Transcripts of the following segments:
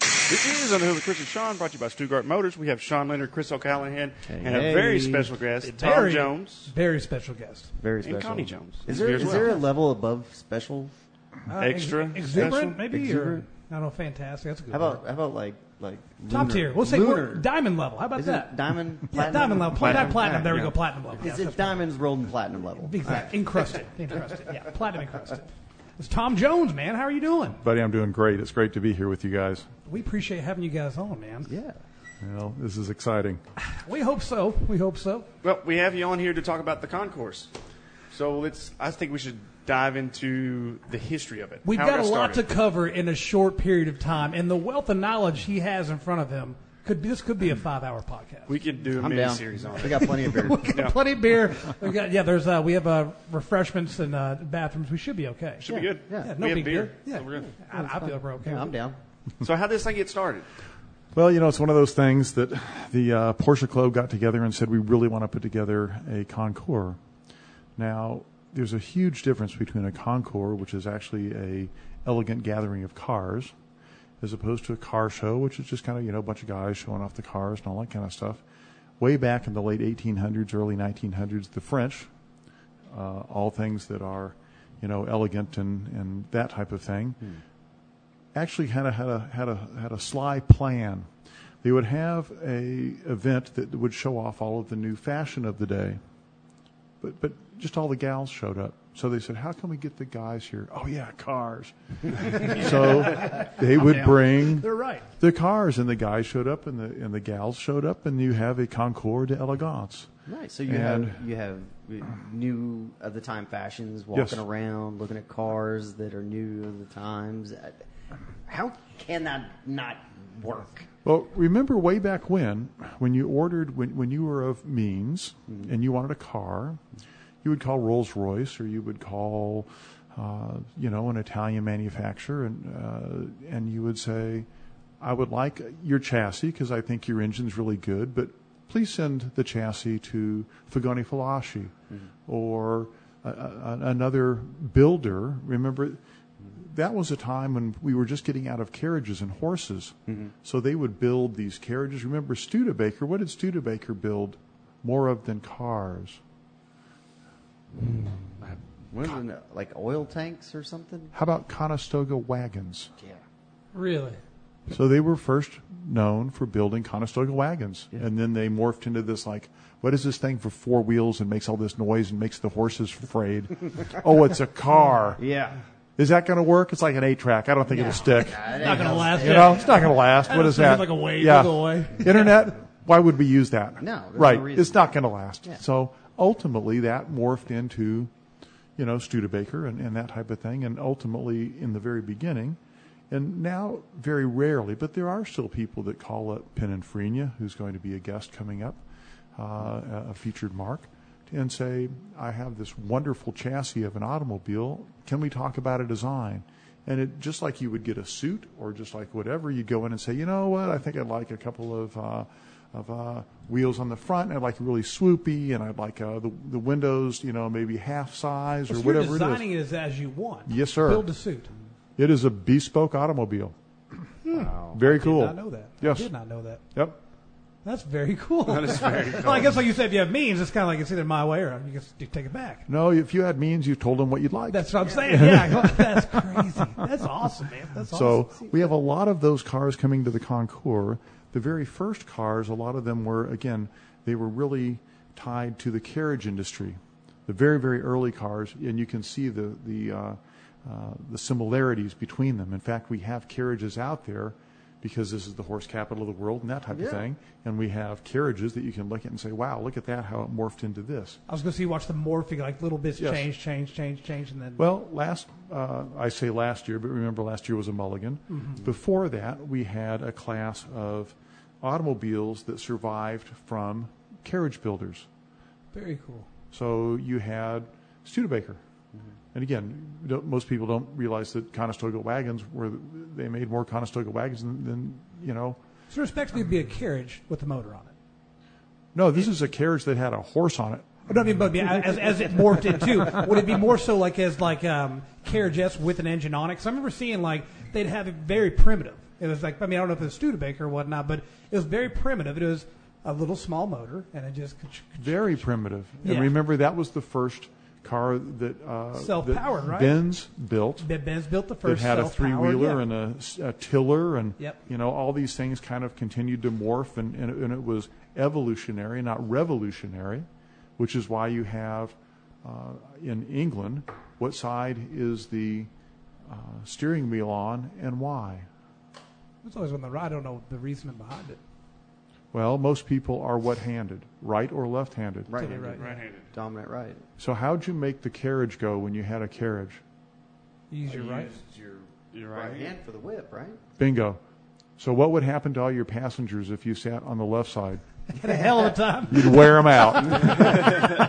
This is Under the Hood with Chris and Sean, brought to you by Stuttgart Motors. We have Sean Leonard, Chris O'Callahan, and a Hey. very special guest, Tom very, Jones. Very special guest. Very And special. Connie Jones Is is there here is as there well. a level above special? Uh, Extra ex- exuberant, special? maybe. Exuberant? Or, I don't know. Fantastic. That's a good. How about word. how about like like top lunar- tier? We'll say lunar. we're diamond level. How about Is it that? diamond? yeah, Platinum? diamond level. Platinum. Platinum. platinum. There we Yeah. go. Platinum level. Is Yes, it diamonds rolled in platinum level? Exactly. Encrusted. Encrusted. Yeah. Platinum encrusted. It's Tom Jones, man. How are you doing? Buddy, I'm doing great. It's great to be here with you guys. We appreciate having you guys on, man. Yeah. You know, this is exciting. We hope so. We hope so. Well, we have you on here to talk about the concourse. So let's. I think we should dive into the history of it. We've how it got a lot started. to cover in a short period of time, and the wealth of knowledge he has in front of him could be, this could be a five-hour podcast. We could do a I'm mini down. series on We it. got plenty of beer. We got plenty of beer. We got yeah. There's uh, we have uh, refreshments and uh, bathrooms. We should be okay. Should be good. yeah. Yeah, no we have big beer. deal. Yeah, So, we're good. I, I feel like we're okay. Yeah, I'm down. so how did this thing get started? Well, you know, it's one of those things that the uh, Porsche Club got together and said, we really want to put together a Concours. Now, there's a huge difference between a Concours, which is actually a elegant gathering of cars, as opposed to a car show, which is just kind of, you know, a bunch of guys showing off the cars and all that kind of stuff. Way back in the late 1800s, early 1900s, the French, uh, all things that are, you know, elegant and, and that type of thing, actually kind of had a had a had a sly plan. They would have a event that would show off all of the new fashion of the day, but but just all the gals showed up. So they said, "How can we get the guys here?" Oh yeah, cars. so they would bring They're right. the cars, and the guys showed up, and the and the gals showed up, and you have a concours d'elegance. Nice. So you And- have you have new of the time fashions, walking Yes. around, looking at cars that are new of the times. Uh, How can that not work? Well, remember way back when, when you ordered, when, when you were of means and you wanted a car, you would call Rolls Royce or you would call, uh, you know, an Italian manufacturer and, uh, and you would say, I would like your chassis because I think your engine's really good, but please send the chassis to Fagoni Falaschi or a, a, another builder. Remember, that was a time when we were just getting out of carriages and horses. So they would build these carriages. Remember Studebaker? What did Studebaker build more of than cars? Wasn't it, Like oil tanks or something? How about Conestoga wagons? Yeah. Really. So they were first known for building Conestoga wagons, and then they morphed into this like, what is this thing for four wheels and makes all this noise and makes the horses afraid? oh, it's a car. Yeah. Is that going to work? It's like an eight track. I don't think it'll stick. Not gonna last. You know, it's not going to last. What That is seems that? like a wave. We'll go away. Internet. Why would we use that? No, there's no right. reason. it's not going to last. So ultimately, that morphed into, you know, Studebaker and, and that type of thing, and ultimately in the very beginning, and now very rarely, but there are still people that call up Pininfarina, who's going to be a guest coming up, uh, a a featured mark. And say, I have this wonderful chassis of an automobile. Can we talk about a design? And it just like you would get a suit or just like whatever, you go in and say, you know what, I think I'd like a couple of uh, of uh, wheels on the front, and I'd like really swoopy, and I'd like uh, the the windows, you know, maybe half size or So you're whatever it designing is. it, as, as you want. Yes, sir. Build a suit. It is a bespoke automobile. Very cool. Hmm. Did not know that. Yes. Did not know that. Yep. That's very cool. That is very cool. well, I guess like you said, if you have means, it's kind of like it's either my way or you just you take it back. No, if you had means, you told them what you'd like. That's what I'm saying. Yeah, that's crazy. That's awesome, man. That's So awesome. we have a lot of those cars coming to the Concours. The very first cars, a lot of them were, again, they were really tied to the carriage industry. The very, very early cars, and you can see the, the, uh, uh, the similarities between them. In fact, we have carriages out there because this is the horse capital of the world and that type of thing. And we have carriages that you can look at and say, wow, look at that, how it morphed into this. I was going to see you watch the morphing, like little bits Yes. change, change, change, change, and then Well, last uh, I say last year, but remember last year was a mulligan. Mm-hmm. Before that, we had a class of automobiles that survived from carriage builders. very cool. So you had Studebaker, Mm-hmm. and again, you don't- most people don't realize that Conestoga wagons were they made more Conestoga wagons than, than you know. So respectively, it'd be a carriage with a motor on it. No, this is a carriage that had a horse on it. But I mean, but yeah, as, as it morphed into, would it be more so like as like um, carriage S with an engine on it? 'Cause I remember seeing like they'd have it very primitive. It was like I mean I don't know if it was Studebaker or whatnot, but it was very primitive. It was a little small motor, and it just Very primitive. Yeah. And remember, that was the first car that uh, Self-powered, that right? Benz built. Benz built the That first. had a three self-powered- wheeler yeah. and a, s- a tiller, and Yep. you know all these things kind of continued to morph, and, and, it- and it was evolutionary, not revolutionary, which is why you have uh, in England what side is the uh, steering wheel on and why. It's always on the right. I don't know the reasoning behind it. Well, most people are what-handed, right or left-handed. Right. To the right. Right-handed. Dominant right. So how'd you make the carriage go when you had a carriage? You use your right. Used Your, your Right right hand. hand for the whip, right? Bingo. So what would happen to all your passengers if you sat on the left side? Had a hell of a time. You'd wear them out.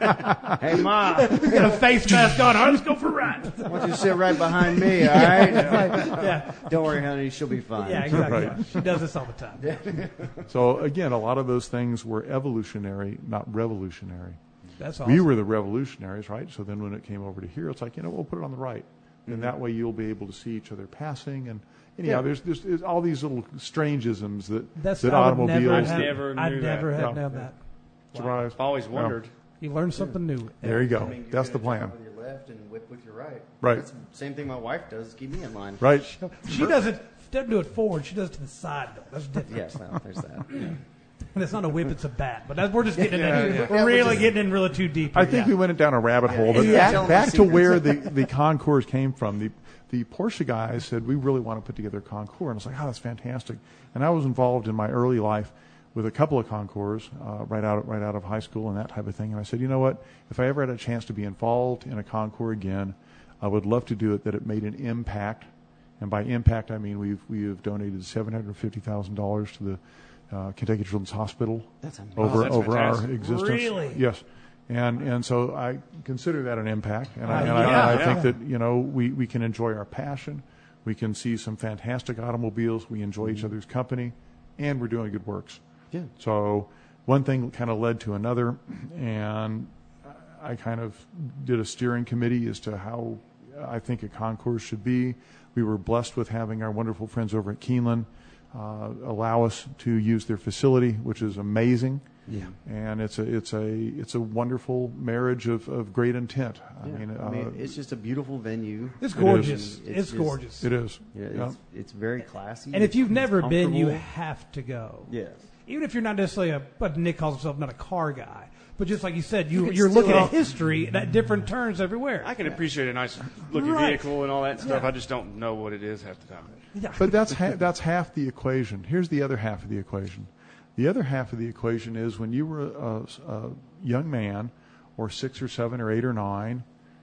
Hey, Ma, why Got a face mask on. All right, let's go for a ride. don't you sit right behind me, all right? Yeah, Don't worry, honey, she'll be fine. yeah, exactly. Right. She does this all the time. So again, a lot of those things were evolutionary, not revolutionary. That's awesome. We were the revolutionaries, right? So then when it came over to here, it's like, you know, we'll put it on the right. And that way you'll be able to see each other passing. And anyhow, Yeah. there's, there's, there's all these little strangeisms that, That's that I would automobiles Never I have, that never I knew never that. had Yeah. known that. drive. I've always Yeah. wondered. You learn something new. There you go. I mean, you're That's the gonna plan. jump With your left and whip with your right. Right. That's the same thing my wife does. Keep me in line. Right. She doesn't doesn't do it forward. She does it to the side though. That's different. Yes, well, there's that. And it's not a whip. It's a bat. But that, we're just getting Yeah, in. yeah. We're really getting in really too deep. I here. think Yeah. we went down a rabbit hole. But Yeah. back, Tell 'em back the to where the, the Concours came from. The the Porsche guys said we really want to put together a Concours, and I was like, oh, that's fantastic. And I was involved in my early life with a couple of Concours uh, right out right out of high school and that type of thing. And I said, you know what? If I ever had a chance to be involved in a Concours again, I would love to do it. That it made an impact. And by impact, I mean we've we have donated seven hundred fifty thousand dollars to the uh, Kentucky Children's Hospital That's amazing. over that's over fantastic. our existence. Really? Yes. And and so I consider that an impact, and I, Uh, and I, yeah, and I yeah. think that you know we, we can enjoy our passion, we can see some fantastic automobiles, we enjoy Mm-hmm. each other's company, and we're doing good works. Yeah. So one thing kind of led to another, and I kind of did a steering committee as to how I think a concourse should be. We were blessed with having our wonderful friends over at Keeneland uh, allow us to use their facility, which is amazing. Yeah. And it's a it's a it's a wonderful marriage of, of great intent. I Yeah. mean, uh, it's just a beautiful venue. it's It gorgeous. is. It's, It's just- gorgeous. it is. Yeah, it's, Yeah. it's very classy. And if you've It's never been, you comfortable. have to go. Yes. Even if you're not necessarily a, but Nick calls himself not a car guy, but just like you said, you, can you are looking still- at history at different turns everywhere. I can appreciate a nice looking Right. vehicle and all that stuff. Yeah. I just don't know what it is half the time. yeah. But that's ha- that's half the equation. Here's the other half of the equation. The other half of the equation is when you were a, a young man, or six or seven or eight or nine,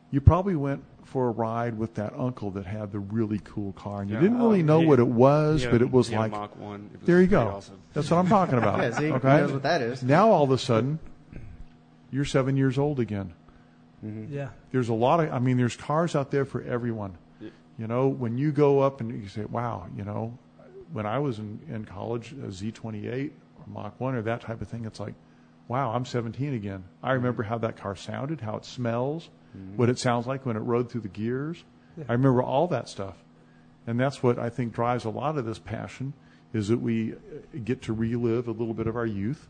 you probably went for a ride with that uncle that had the really cool car, and you Yeah. didn't really Oh, uh, know yeah. what it was, Yeah, but it was yeah, like Mach 1. It was There you pretty go. awesome. That's what I'm talking about. Yeah, see, okay? he knows what that is. Now all of a sudden, you're seven years old again. yeah. There's a lot of, I mean, there's cars out there for everyone. You know, when you go up and you say, wow, you know, when I was in, in college, a Z28 or Mach 1 or that type of thing, it's like, wow, I'm 17 again. I remember how that car sounded, how it smells, what it sounds like when it rode through the gears. I remember all that stuff and that's what I think drives a lot of this passion is that we uh, get to relive a little bit of our youth.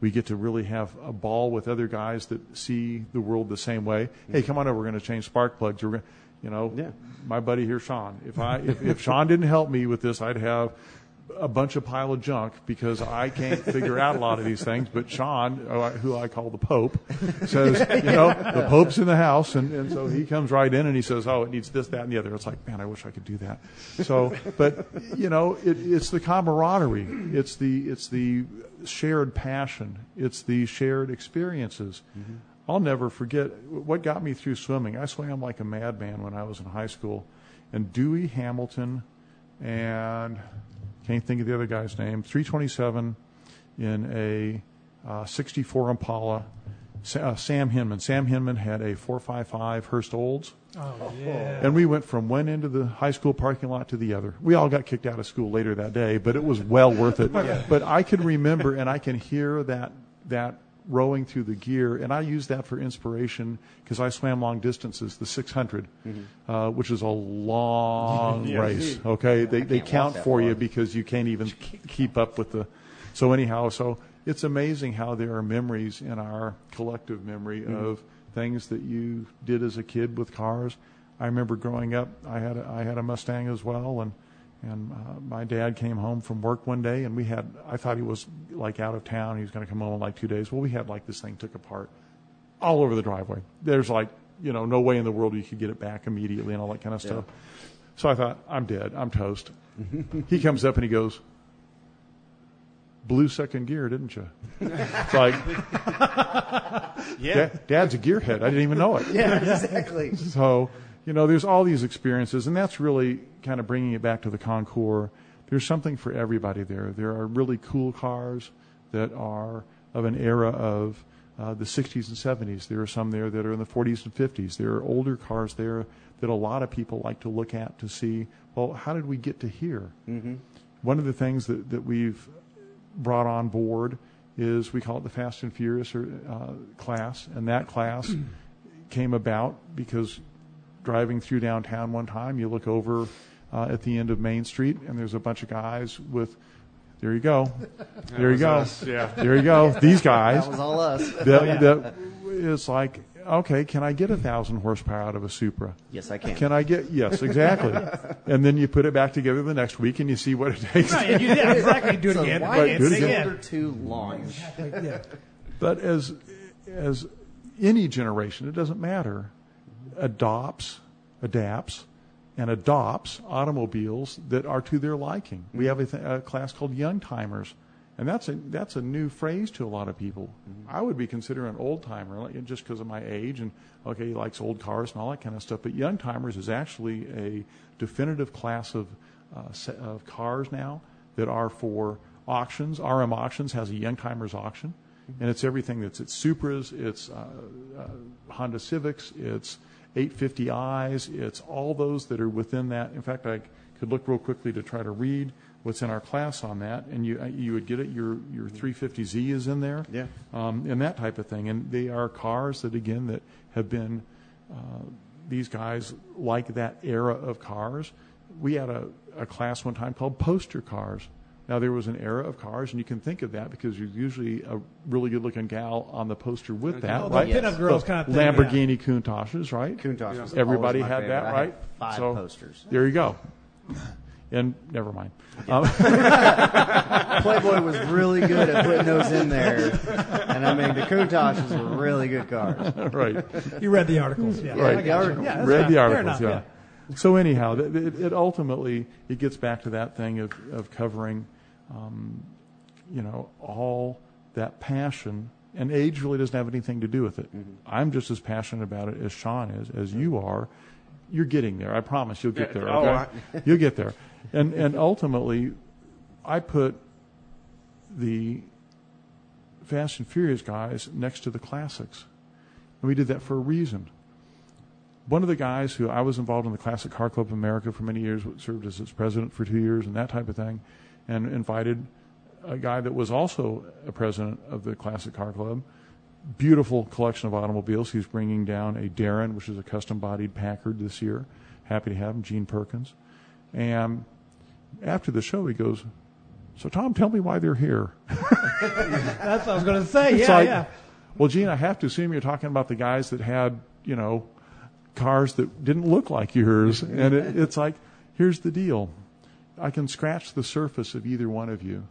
We get to really have a ball with other guys that see the world the same way. Hey, come on over. We're going to change spark plugs. We're going, to you know, Yeah. my buddy here, Sean. If I if, if Sean didn't help me with this, I'd have a bunch of pile of junk because I can't figure out a lot of these things. But Sean, who I- who I call the Pope, says, you know, the Pope's in the house, and, and so he comes right in and he says, oh, it needs this, that, and the other. It's like, man, I wish I could do that. So, but you know, it, it's the camaraderie, it's the it's the shared passion, it's the shared experiences. I'll never forget what got me through swimming. I swam like a madman when I was in high school, and Dewey Hamilton and can't think of the other guy's name. 327 in a uh, 64 Impala. Sa- uh, Sam Hinman. Sam Hinman had a 455 Hearst Olds, Oh yeah. and we went from one end of the high school parking lot to the other. We all got kicked out of school later that day, but it was well worth it. But I can remember, and I can hear that that rowing through the gear, and I use that for inspiration because I swam long distances, the 600, uh, which is a long Yeah. race. Okay, they, they can't walk count that for you far. because you can't even keep up with the. So anyhow, so it's amazing how there are memories in our collective memory Mm-hmm. of things that you did as a kid with cars. I remember growing up, I had a, I had a Mustang as well, and and uh, my dad came home from work one day, and we had I thought he was like out of town. He was going to come home in like two days. Well, we had like this thing took apart all over the driveway. There's like, you know, no way in the world you could get it back immediately and all that kind of stuff. So I thought, I'm dead. I'm toast. he comes up and he goes, Blew second gear, didn't you? It's like, Yeah. da- Dad's a gearhead. I didn't even know it. Yeah, exactly. So, you know, there's all these experiences, and that's really kind of bringing it back to the Concours. There's something for everybody there. There are really cool cars that are of an era of uh, the 60s and 70s. There are some there that are in the 40s and 50s. There are older cars there that a lot of people like to look at to see, well, how did we get to here? Mm-hmm. One of the things that, that we've brought on board is we call it the Fast and Furious or, uh, class, and that class came about because driving through downtown one time, you look over uh, at the end of Main Street, and there's a bunch of guys with, there you go, there you was go, us, yeah. there you go, these guys. That was all us. That- that- it's like, okay, can I get a thousand horsepower out of a Supra? Yes, I can. Can I get yes, exactly? and then you put it back together the next week, and you see what it takes. Right, and you, yeah, exactly. Do it so again. why Right, did do it they again. are too long? Yeah. But as as any generation, it doesn't matter, adopts, adapts, and adopts automobiles that are to their liking. We have a, th- a class called young timers, and that's a that's a new phrase to a lot of people. I would be considered an old timer like, just because of my age and okay, he likes old cars and all that kind of stuff. But young timers is actually a definitive class of uh, se- of cars now that are for auctions. RM Auctions has a young timers auction, and it's everything that's it's Supras, it's uh, uh, Honda Civics, it's 850i's, it's all those that are within that. In fact, I could look real quickly to try to read what's in our class on that, and you uh, you would get it. Your your 350Z is in there, Yeah. um, and that type of thing. And they are cars that again that have been these guys like that era of cars. We had a, a class one time called poster cars. Now there was an era of cars, and you can think of that because you're usually a really good-looking gal on the poster with that, Oh, the right? pinup girls kinda thing, Lamborghini Countaches, right? Countach was Everybody always my had favorite. that, I had right? five So, posters. There you go. And never mind. Um, Playboy was really good at putting those in there, and I mean the Countach were really good cars. right. You read the articles. Yeah. Right. I got you. Read Yeah, that's read fine. the Fair articles. enough, yeah. So anyhow, th- th- it, it ultimately it gets back to that thing of of covering, um, you know, all that passion. And age really doesn't have anything to do with it. I'm just as passionate about it as Sean is, as you are. You're getting there. I promise you'll get Yeah, there. oh, Okay? you'll get there. And and ultimately, I put the Fast and Furious guys next to the classics. And we did that for a reason. One of the guys who I was involved in the Classic Car Club of America for many years, served as its president for two years and that type of thing, and invited a guy that was also a president of the Classic Car Club. Beautiful collection of automobiles. He's bringing down a Darren, which is a custom bodied Packard this year. Happy to have him, Gene Perkins. And after the show, he goes, So, Tom, tell me why they're here. That's what I was going to say. Yeah, It's like, yeah. Well, Gene, I have to assume you're talking about the guys that had, you know, cars that didn't look like yours. And it, it's like, here's the deal I can scratch the surface of either one of you.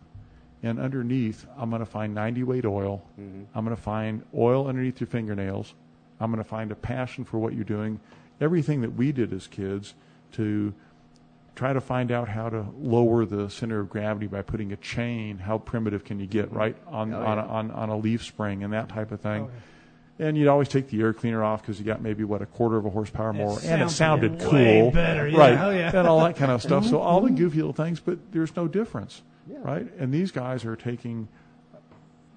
And underneath, I'm going to find 90 weight oil. I'm going to find oil underneath your fingernails. I'm going to find a passion for what you're doing. Everything that we did as kids to try to find out how to lower the center of gravity by putting a chain. How primitive can you get, right, on on, a, on on a leaf spring and that type of thing. And you'd always take the air cleaner off because you got maybe what a quarter of a horsepower more, and it sounded sounded way cool, better, yeah, right? oh, yeah. Mm-hmm. And all that kind of stuff. So all the goofy little things, but there's no difference, right? And these guys are taking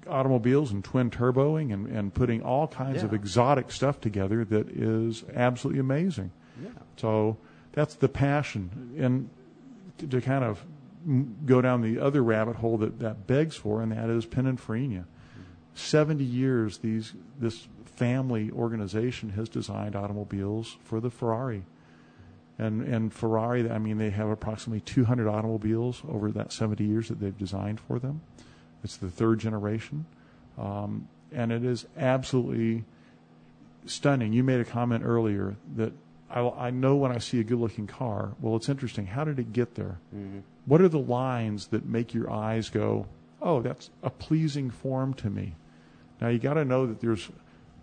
automobiles and twin turboing and, and putting all kinds of Yeah. exotic stuff together that is absolutely amazing. So that's the passion. And to, to kind of m- go down the other rabbit hole that that begs for, and that is Pininfarina. 70 years, these this family organization has designed automobiles for the Ferrari. And, and Ferrari, I mean, they have approximately 200 automobiles over that 70 years that they've designed for them. It's the third generation. Um, and it is absolutely stunning. You made a comment earlier that I, I know when I see a good looking car. Well, it's interesting. How did it get there? What are the lines that make your eyes go, oh, that's a pleasing form to me? Now, you got to know that there's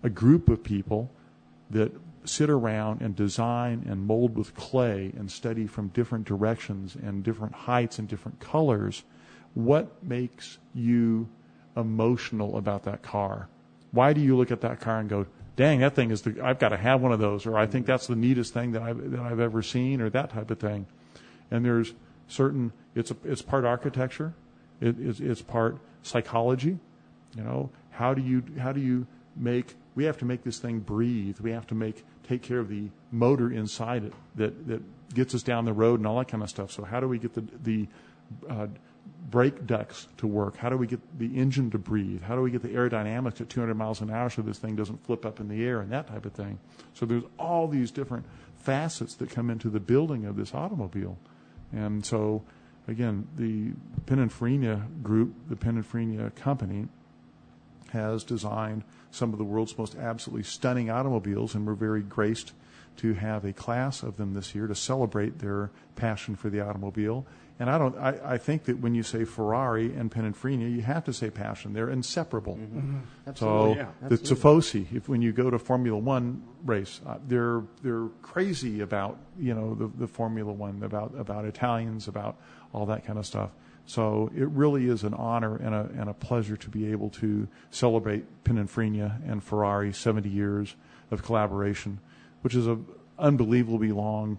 a group of people that sit around and design and mold with clay and study from different directions and different heights and different colors what makes you emotional about that car why do you look at that car and go dang that thing is the i've got to have one of those or i think that's the neatest thing that i've that i've ever seen or that type of thing and there's certain it's a, it's part architecture it, it's, it's part psychology you know how do you how do you make we have to make this thing breathe we have to make take care of the motor inside it that that gets us down the road and all that kind of stuff so how do we get the the uh, brake ducts to work how do we get the engine to breathe how do we get the aerodynamics at 200 miles an hour so this thing doesn't flip up in the air and that type of thing so there's all these different facets that come into the building of this automobile and so again the Pininfarina group the Pininfarina company has designed some of the world's most absolutely stunning automobiles, and we're very graced to have a class of them this year to celebrate their passion for the automobile. And I don't, I, I think that when you say Ferrari and Pininfarina, you have to say passion. They're inseparable. So Absolutely, yeah. the Tifosi, if when you go to Formula One race, uh, they're they're crazy about you know the, the Formula One, about about Italians, about all that kind of stuff. So it really is an honor and a and a pleasure to be able to celebrate Pininfarina and Ferrari 70 years of collaboration, which is a unbelievably long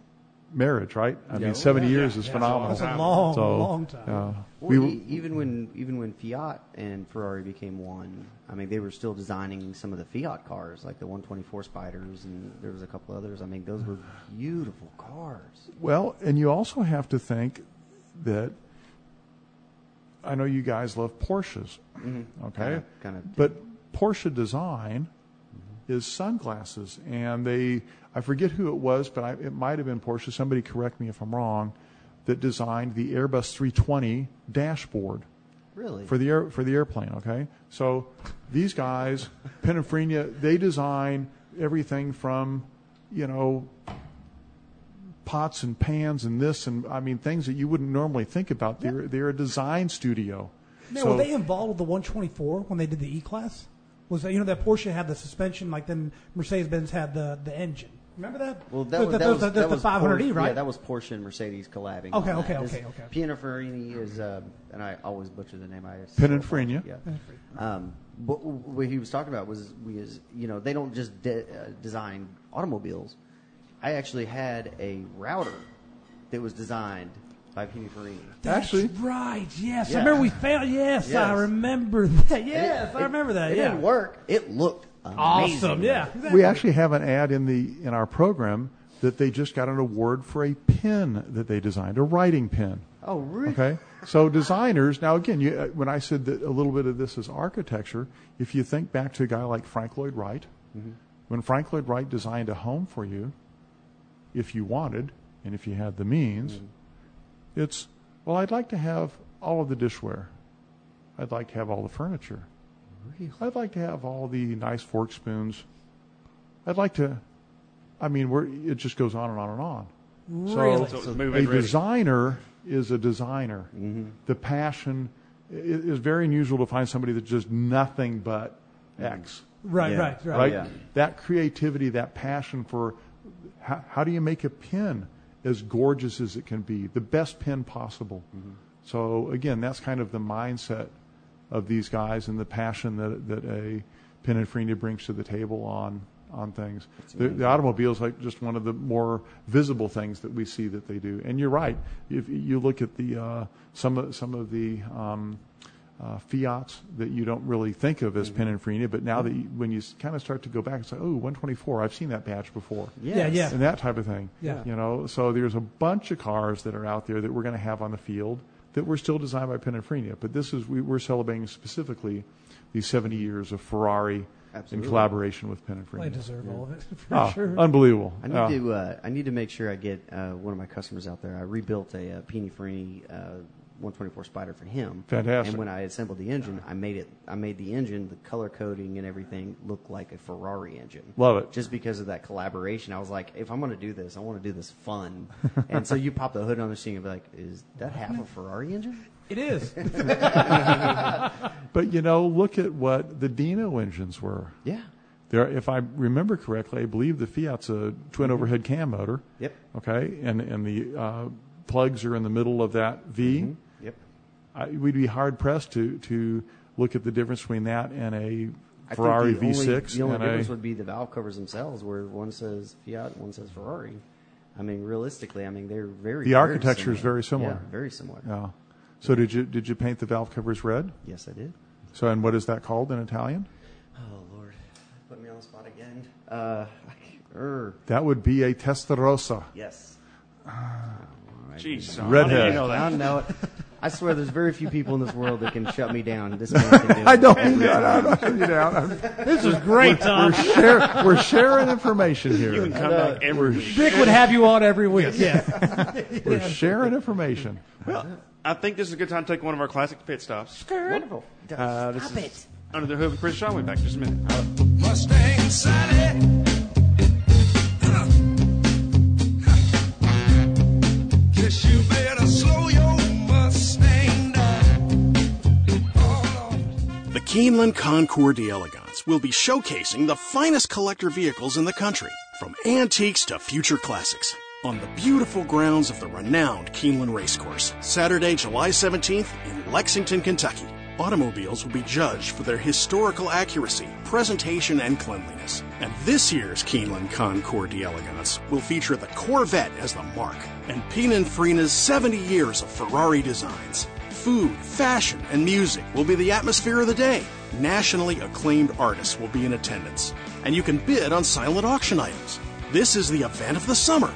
marriage, right? I mean, 70 years is phenomenal. That's a long, So, long time. uh, Or we e- even when even when Fiat and Ferrari became one, I mean they were still designing some of the Fiat cars, like the 124 Spiders, and there was a couple others. I mean those were beautiful cars. Well, and you also have to think that I know you guys love Porsches, okay? Kinda- kinda- But Porsche design is sunglasses, and they I forget who it was, but I, it might have been Porsche. Somebody correct me if I'm wrong. That designed the Airbus 320 dashboard Really, for the air, for the airplane. Okay, so these guys, Pininfarina, they design everything from you know pots and pans and this and I mean things that you wouldn't normally think about. They're they're a design studio. Man, so were they involved with the 124 when they did the E class? Was that you know that Porsche had the suspension like then Mercedes Benz had the the engine? Remember that? Well, that Th- was, th- that th- was, that's that the was 500 E, Porsche- right? Yeah, that was Porsche and Mercedes collabing. Okay, on okay, that. This okay, okay. Pininfarina is, uh, and I always butcher the name. I Pininfarina. Yeah. Um, but what he was talking about was we is you know they don't just de- uh, design automobiles. I actually had a router that was designed by Pininfarina. That's Actually- right. Yes, Yeah. I remember we found. Yes, I Yes. remember that. And it- Yes, I it- remember that. It yeah, didn't work. It looked amazing. awesome. Yeah, exactly. we actually have an ad in the in our program that they just got an award for a pen that they designed, a writing pen. Oh, really? Okay. So designers. Now, again, you, uh, when I said that a little bit of this is architecture, if you think back to a guy like Frank Lloyd Wright, when Frank Lloyd Wright designed a home for you, if you wanted and if you had the means, it's well, I'd like to have all of the dishware. I'd like to have all the furniture. I'd like to have all the nice fork spoons. I'd like to. I mean, we're, it just goes on and on and on. Really? So So it's a moving ready. designer is a designer. The passion i- is very unusual to find somebody that's just nothing but X, right, Yeah. right, right, right? yeah. That creativity, that passion for how, how do you make a pin as gorgeous as it can be, the best pin possible. So again, that's kind of the mindset of these guys and the passion that that a Pininfarina brings to the table on on things. The, the automobile is like just one of the more visible things that we see that they do. And you're right. If you look at the uh, some of, some of the um, uh, Fiats that you don't really think of Mm-hmm. as Pininfarina, but now that you, when you kind of start to go back, it's like, oh, 124. I've seen that badge before Yeah, yeah. and that type of thing. Yeah. You know, so there's a bunch of cars that are out there that we're going to have on the field that were still designed by Pininfarina. But this is we, we're celebrating specifically the 70 years of Ferrari Absolutely. in collaboration with Pininfarina. I deserve all of it for Ah, sure. Unbelievable. I need Ah, to uh, I need to make sure I get uh, one of my customers out there. I rebuilt a, uh Pininfarina uh, 124 Spider for him. Fantastic. And when I assembled the engine, I made it. I made the engine, the color coding and everything, look like a Ferrari engine. Love it. Just because of that collaboration, I was like, if I'm going to do this, I want to do this fun. and so you pop the hood on the thing and be like, is that half a Ferrari engine? It is. But you know, look at what the Dino engines were. Yeah. There, if I remember correctly, I believe the Fiat's a twin overhead cam motor. Mm-hmm. Yep. Okay, and and the uh, plugs are in the middle of that V. Yep. I, we'd be hard pressed to to look at the difference between that and a I think Ferrari the only- V6 The only and difference a would be the valve covers themselves, where one says Fiat, one says Ferrari. I mean, realistically, I mean they're very. The very architecture is very similar. Yeah, very similar. Yeah. So did you did you paint the valve covers red? Yes, I did. So and what is that called in Italian? Oh Lord, put me on the spot again. Uh, I can't- er, That would be a Testarossa. yes. Jeez, son, how Redhead. did you know that? I don't know it. I swear, there's very few people in this world that can shut me down. This man can do it. I don't. I'm not shutting you down. I'm- this is great, we're, Tom. share, we're sharing information here. Come back every week. Dick would have you on every week. Yeah. We're sharing information. I think this is a good time to take one of our classic pit stops. Wonderful. Uh, this is Under the Hood with Chris Shaw. We'll be back in just a minute. Mustang Sally. Guess you better slow your Mustang down. Oh, Lord. The Keeneland Concours d'Elegance will be showcasing the finest collector vehicles in the country, from antiques to future classics, on the beautiful grounds of the renowned Keeneland Racecourse, Saturday, July 17th in Lexington, Kentucky. Automobiles will be judged for their historical accuracy, presentation, and cleanliness. And this year's Keeneland Concours d'Elegance will feature the Corvette as the mark and Pininfarina's 70 years of Ferrari designs. Food, fashion, and music will be the atmosphere of the day. Nationally acclaimed artists will be in attendance, and you can bid on silent auction items. This is the event of the summer.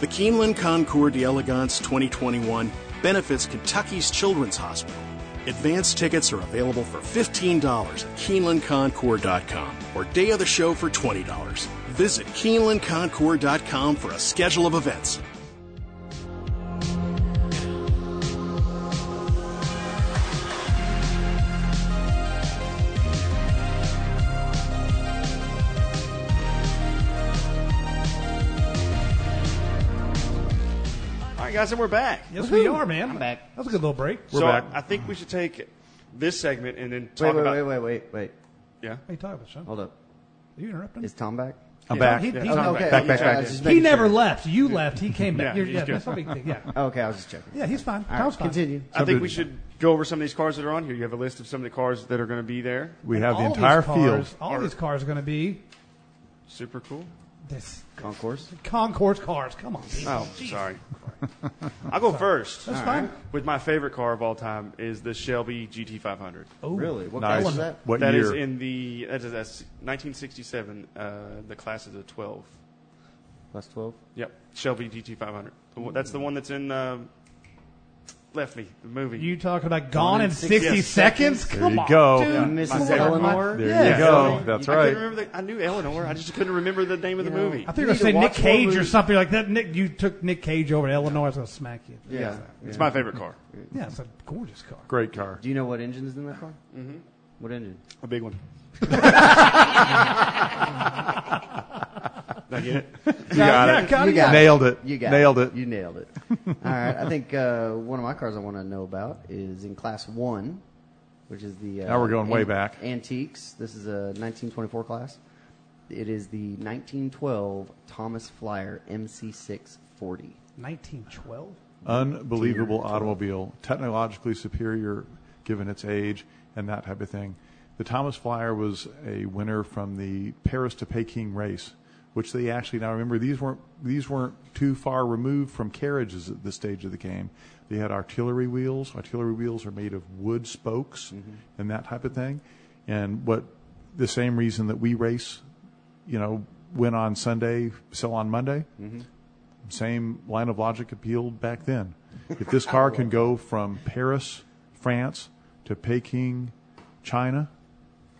The Keeneland Concours d'Elegance 2021 benefits Kentucky's Children's Hospital. Advance tickets are available for $15 at KeenelandConcours.com or day of the show for $20. Visit KeenelandConcours.com for a schedule of events. All right, guys, and we're back. Yes, we are, man. I'm back. That was a good little break. so back. I think we should take this segment and then Wait, talk wait, about. wait, wait, wait, wait. Yeah. What are you talking about, Sean? Hold up. Are you interrupting? Is Tom back? I'm Yeah. back. He- he- Tom's okay, back. I back, was back. just he making never sure. left. You left. He came back. Yeah, Yeah, he's yeah, good. that's not a big thing. Yeah. Okay, I was just checking. yeah, he's fine. All Tom's right, fine. continue. I think we should go over some of these cars that are on here. You have a list of some of the cars that are going to be there. We have the All these entire cars- field. All these cars are going to be Super cool. this Concourse. Concourse cars. Come on. people. Oh, sorry. I'll go first. That's fine. With my favorite car of all time is the Shelby GT500. Oh, Really? What Nice. color is that? What That year? is in the that is that's 1967. Uh, the class is a 12. Plus 12. Yep, Shelby GT500. The one- That's the one that's in um Left Me, the movie. You talking about gone in 60 60 seconds? there Come you on, go. dude. Yeah. Mrs. My favorite Eleanor. There Yeah. you go. Shelby. That's I right. couldn't remember the, I knew Eleanor. I just couldn't remember the name of the movie. I think You I need to said Nick watch more Cage or movies. something like that. Nick, you took Nick Cage over to Illinois. I was going to smack you. Yeah. it's my favorite car. Yeah, it's a gorgeous car. Great car. Do you know what engine's in that car? Mm-hmm. What engine? A big one. Did I get it? You got yeah, it. Connie, You got Nailed it. You got Nailed it. You nailed it. All right. I think uh, one of my cars I want to know about is in class one, which is the. Uh, Now we're going way back. Antiques. This is a 1924 class. It is the 1912 Thomas Flyer MC640. 1912. Unbelievable automobile, technologically superior given its age and that type of thing. The Thomas Flyer was a winner from the Paris to Peking race, which they actually now remember these weren't these weren't too far removed from carriages at this stage of the game. They had artillery wheels. Artillery wheels are made of wood spokes and that type of thing. And what the same reason that we race, you know, win on Sunday, sell on Monday Same line of logic appealed back then. If this car can go from Paris, France, to Peking, China,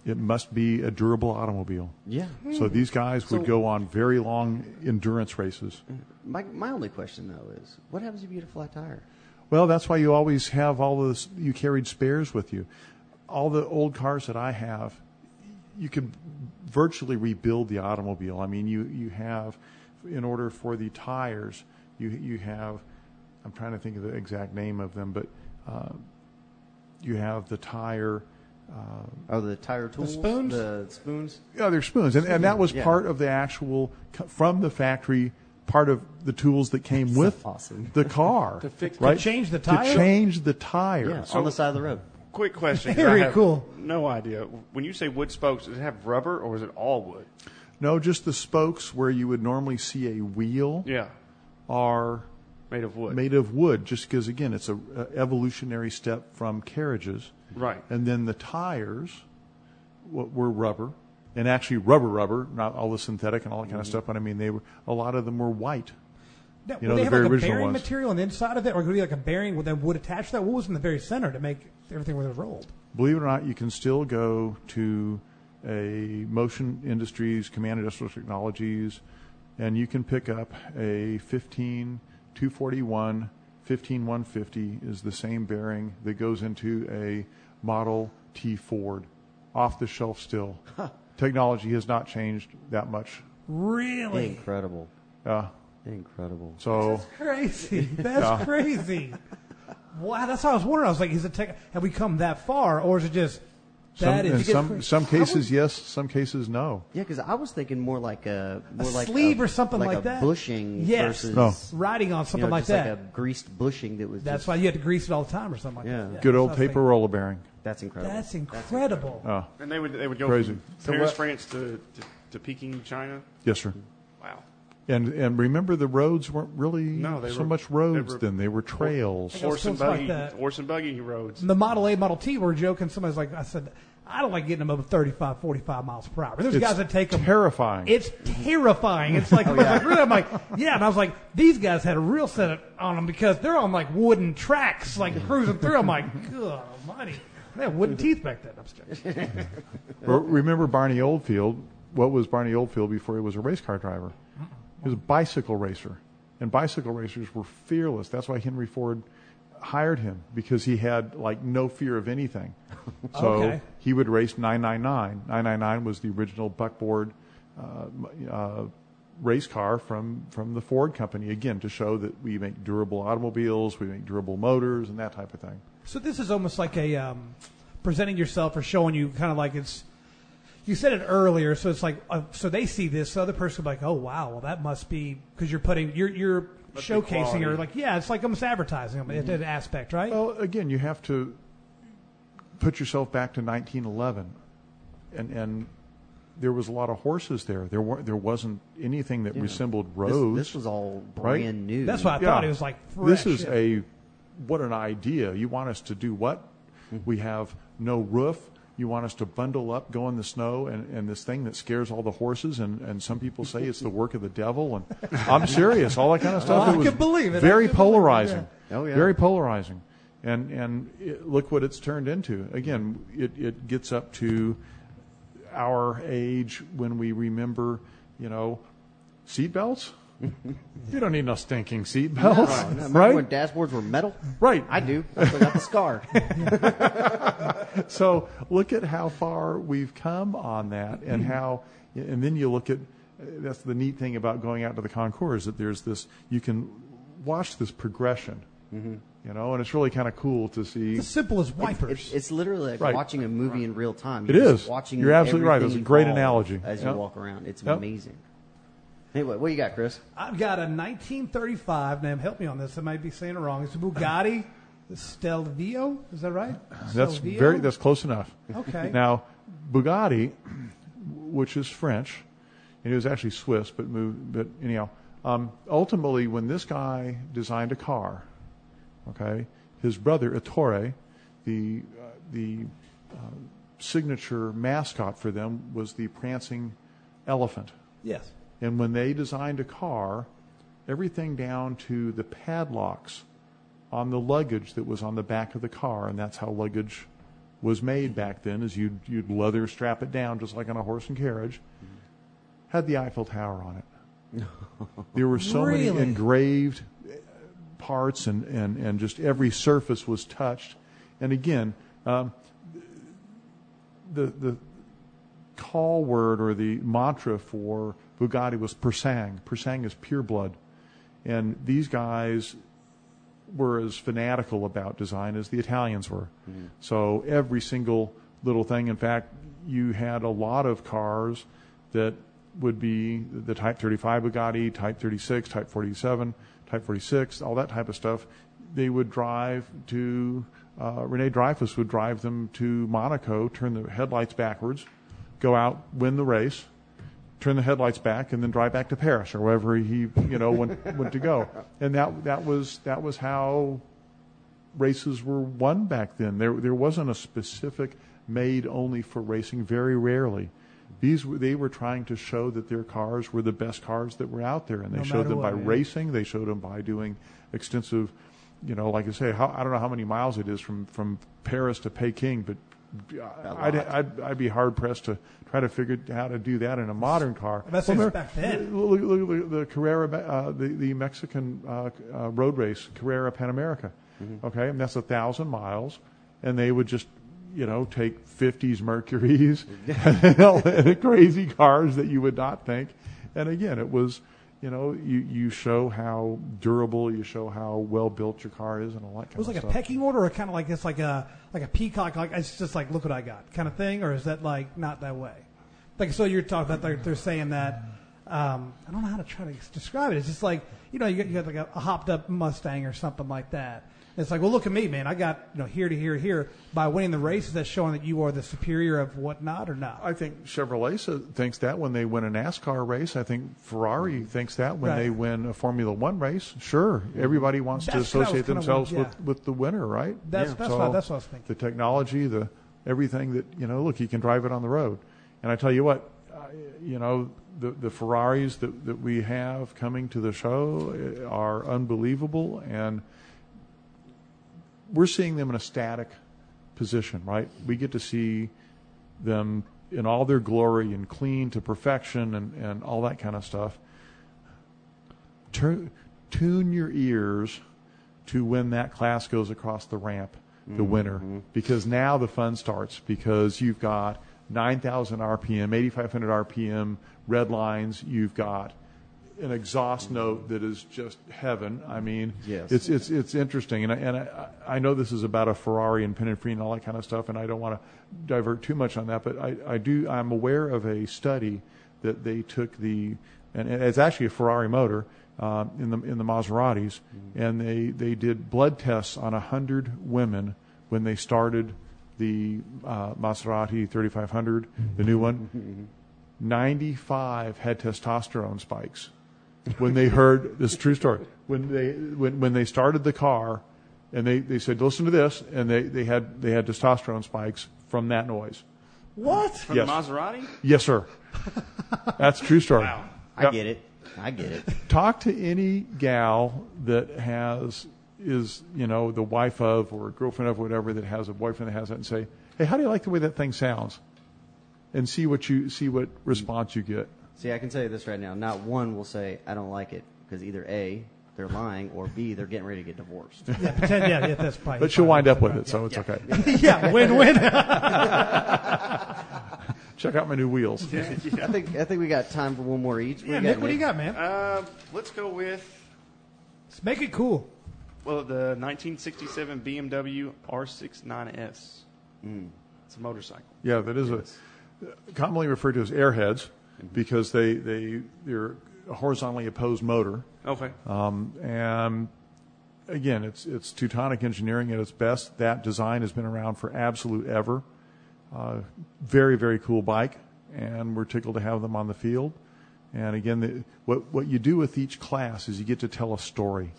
it must be a durable automobile. Yeah. So these guys would go on very long endurance races. My, my only question though is, what happens if you get a flat tire? Well, that's why you always have all those. You carried spares with you. All the old cars that I have, you could virtually rebuild the automobile. I mean, you you have, in order for the tires, you you have. I'm trying to think of the exact name of them, but uh, you have the tire. Or Oh, the tire tools? spoons? The spoons? Yeah, they're spoons, and, and that was Yeah. part of the actual co- from the factory. Part of the tools that came with awesome. the car To fix- to right? change the to tire? change the tire. Yeah, on the side of the road. Quick question. 'cause Very I have cool. No idea. When you say wood spokes, does it have rubber or is it all wood? No, just the spokes where you would normally see a wheel Yeah, are made of wood. made of wood, just because again it's a, a evolutionary step from carriages. Right. And then the tires w- were rubber, and actually rubber, rubber, not all the synthetic and all that kind of stuff. But I mean, they were a lot of them were white. Now, would You know, they the have very like a original bearing ones. material on the inside of it, or could it be like a bearing that would attach to that? What was in the very center to make everything where it rolled? Believe it or not, you can still go to a Motion Industries Command Industrial Technologies, and you can pick up a 15 241 15 150 is the same bearing that goes into a Model T Ford, off the shelf still. Technology has not changed that much. Really? Incredible. Uh, Incredible. so Crazy. That's crazy. Wow, that's how I was wondering. I was like, is it tech, have we come that far, or is it just some, that in is some some cases yes, some cases no. Yeah, because I was thinking more like a more a like sleeve a, or something like, like, a that? bushing yes. versus No. riding on you something know, like just that. like a greased bushing that was. that's just, why you had to grease it all the time or something like Yeah. that. Good old that's what I was paper roller bearing. that's incredible. thinking. That's incredible. and they would they would go Crazy. from So Paris, what- France to, to to Peking, China. Yes, sir. Wow. And and remember, the roads weren't really No, they so were- much they roads were- then; they were trails. Or- Horse and sounds like buggy, that. horse and buggy roads. And the Model A, Model T, we were joking. Somebody's like, I said, I don't like getting them over 35, 45 miles per hour. There's It's guys that take them. terrifying. It's terrifying. It's like, I'm like, really? I'm like, yeah. And I was like, these guys had a real setup on them because they're on like wooden tracks, like cruising through. I'm like, good almighty. They had wooden teeth back then. I'm just kidding. Or remember Barney Oldfield? What was Barney Oldfield before he was a race car driver? He was a bicycle racer, and bicycle racers were fearless. That's why Henry Ford hired him because he had like no fear of anything. So Okay. he would race 999. 999 was the original buckboard uh, m- uh, race car from from the Ford company. Again, to show that we make durable automobiles, we make durable motors, and that type of thing. So this is almost like a um, presenting yourself or showing you kind of like it's. You said it earlier, so it's like uh, so they see this, the other person will be like, oh wow, well that must be because you're putting you're you're Must be showcasing or quality. like yeah, it's like almost advertising them in that aspect, right? Well, again, you have to put yourself back to 1911, and and there was a lot of horses there. There were there wasn't anything that resembled This, roads. this was all right? brand new. That's why I thought it was like fresh. this is yeah. a what an idea. You want us to do what? We have no roof. You want us to bundle up, go in the snow, and, and this thing that scares all the horses, and, and some people say it's the work of the devil. And I'm serious, all that kind of stuff. Well, I it was could believe it. I Very could believe it, polarizing. yeah. Oh, yeah. Very polarizing. And and it, look what it's turned into. Again, it it gets up to our age when we remember, you know, seatbelts. you don't need no stinking seatbelts, Remember right? When dashboards were metal, Right. I do. I still got the scar. So look at how far we've come on that, and how, and then you look at. That's the neat thing about going out to the concours is that there's this. You can watch this progression, you know, and it's really kind of cool to see. It's simple as wipers. It's, it's literally like Right. watching a movie in real time. It You're is. just Watching You're absolutely right. That's everything a great evolve analogy. As Yep. you walk around, it's Yep. amazing. Anyway, what you got, Chris? I've got a 1935. Now, help me on this. I might be saying it wrong. It's a Bugatti Stelvio. Is that right? That's Stelvio? very. That's close enough. Okay. Now, Bugatti, which is French, and it was actually Swiss, but moved. But anyhow, um, ultimately, when this guy designed a car, okay, his brother Ettore, the uh, the uh, signature mascot for them was the prancing elephant. yes. And when they designed a car, everything down to the padlocks on the luggage that was on the back of the car, and that's how luggage was made back then. Is you'd you'd leather strap it down just like on a horse and carriage. Had the Eiffel Tower on it. there were so many Really? engraved parts, and and and just every surface was touched. And again, um, the the call word or the mantra for Bugatti was persang. Persang is pure blood. And these guys were as fanatical about design as the Italians were. So every single little thing, in fact, you had a lot of cars that would be the Type 35 Bugatti, Type 36, Type 47, Type 46, all that type of stuff. They would drive to, uh, Rene Dreyfus would drive them to Monaco, turn the headlights backwards, go out, win the race, turn the headlights back, and then drive back to Paris or wherever he, you know, went, went to go. And that that was that was how races were won back then. There there wasn't a specific made only for racing. Very rarely, these were, they were trying to show that their cars were the best cars that were out there, and they No showed matter them by what, yeah. racing. They showed them by doing extensive, you know, like I say, how, I don't know how many miles it is from from Paris to Peking, but. I'd, I'd I'd be hard pressed to try to figure out how to do that in a modern car. That's Well, just remember- back then. Look, look, look, the Carrera, uh, the the Mexican uh, uh, road race, Carrera Pan America. Mm-hmm. Okay, and that's a thousand miles, and they would just, you know, take fifties Mercuries, and all the crazy cars that you would not think. And again, it was, you know, you you show how durable, you show how well built your car is, and all that kind It was of like a stuff. pecking order, or kind of like it's like a like a peacock, like it's just like look what I got kind of thing, or is that like not that way? Like so, you're talking about they're, they're saying that. Um, I don't know how to try to describe it. It's just like you know you got, you got like a, a hopped up Mustang or something like that. And it's like well look at me, man. I got you know here to here here by winning the race. Is that showing that you are the superior of whatnot or not? I think Chevrolet sa- thinks that when they win a NASCAR race. I think Ferrari thinks that when Mm-hmm. Right. they win a Formula One race. Sure, everybody wants to That's what I was associate kinda themselves wondering, with, with the winner, right? That's- Yeah. that's what- that's what I was thinking. The technology, the everything that you know. Look, you can drive it on the road, and I tell you what, I, you know, the the Ferraris that that we have coming to the show eh, are unbelievable, and we're seeing them in a static position, right? We get to see them in all their glory and clean to perfection and, and all that kind of stuff. Turn, tune your ears to when that class goes across the ramp, the winner, because now the fun starts because you've got 9,000 RPM, 8,500 RPM red lines. You've got an exhaust note that is just heaven. I mean, Yes. it's it's it's interesting, and I, and I, I know this is about a Ferrari and Pininfarina and all that kind of stuff, and I don't want to divert too much on that, but I, I do I'm aware of a study that they took the and it's actually a Ferrari motor um, in the in the Maseratis, and they they did blood tests on hundred women when they started the uh, Maserati 3500, the new one. 95 had testosterone spikes when they heard this is a true story when they when when they started the car and they, they said listen to this and they, they had they had testosterone spikes from that noise What? From Yes. the Maserati? yes sir that's a true story I get it. I get it. talk to any gal that has is you know the wife of or girlfriend of whatever that has a boyfriend that has that and say hey how do you like the way that thing sounds and see what you see what response you get See, I can tell you this right now. Not one will say I don't like it because either a they're lying or b they're getting ready to get divorced. Yeah, pretend, yeah, yeah, that's probably. but she'll wind up with it so it's okay yeah, win win. check out my new wheels I think I think we got time for one more each. yeah, Nick, what do you got, man? Uh, let's go with Let's make it cool. well the 1967 BMW R69S. Mm. It's a motorcycle. Yeah, that is a commonly referred to as airheads because they they they're a horizontally opposed motor. Okay. Um, and again, it's it's Teutonic engineering at its best. That design has been around for absolute ever. Uh, very very cool bike, and we're tickled to have them on the field. And again, the, what what you do with each class is you get to tell a story.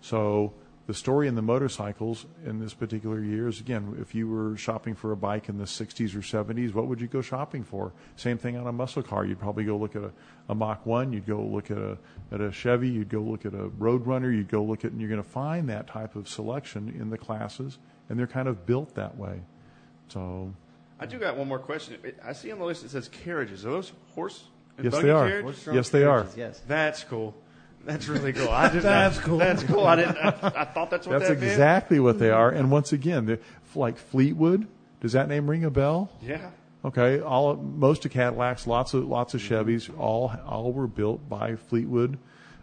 So The story in the motorcycles in this particular year is again, if you were shopping for a bike in the 60s or 70s, what would you go shopping for? Same thing on a muscle car. You'd probably go look at a, a Mach 1, you'd go look at a, at a Chevy, you'd go look at a Roadrunner, you'd go look at, and you're going to find that type of selection in the classes, and they're kind of built that way. So, I do got one more question. It- I see on the list it says carriages. Are those horse and yes, buggy they are. carriages? Yes, they are. Carriages, Yes. That's cool. That's really cool. I did That's not, cool. That's cool. I didn't. I, I thought that's what That's that meant. exactly what they are. And once again, they're f- like Fleetwood. Does that name ring a bell? Yeah. Okay, all most of Cadillacs, lots of lots of Chevys, all all were built by Fleetwood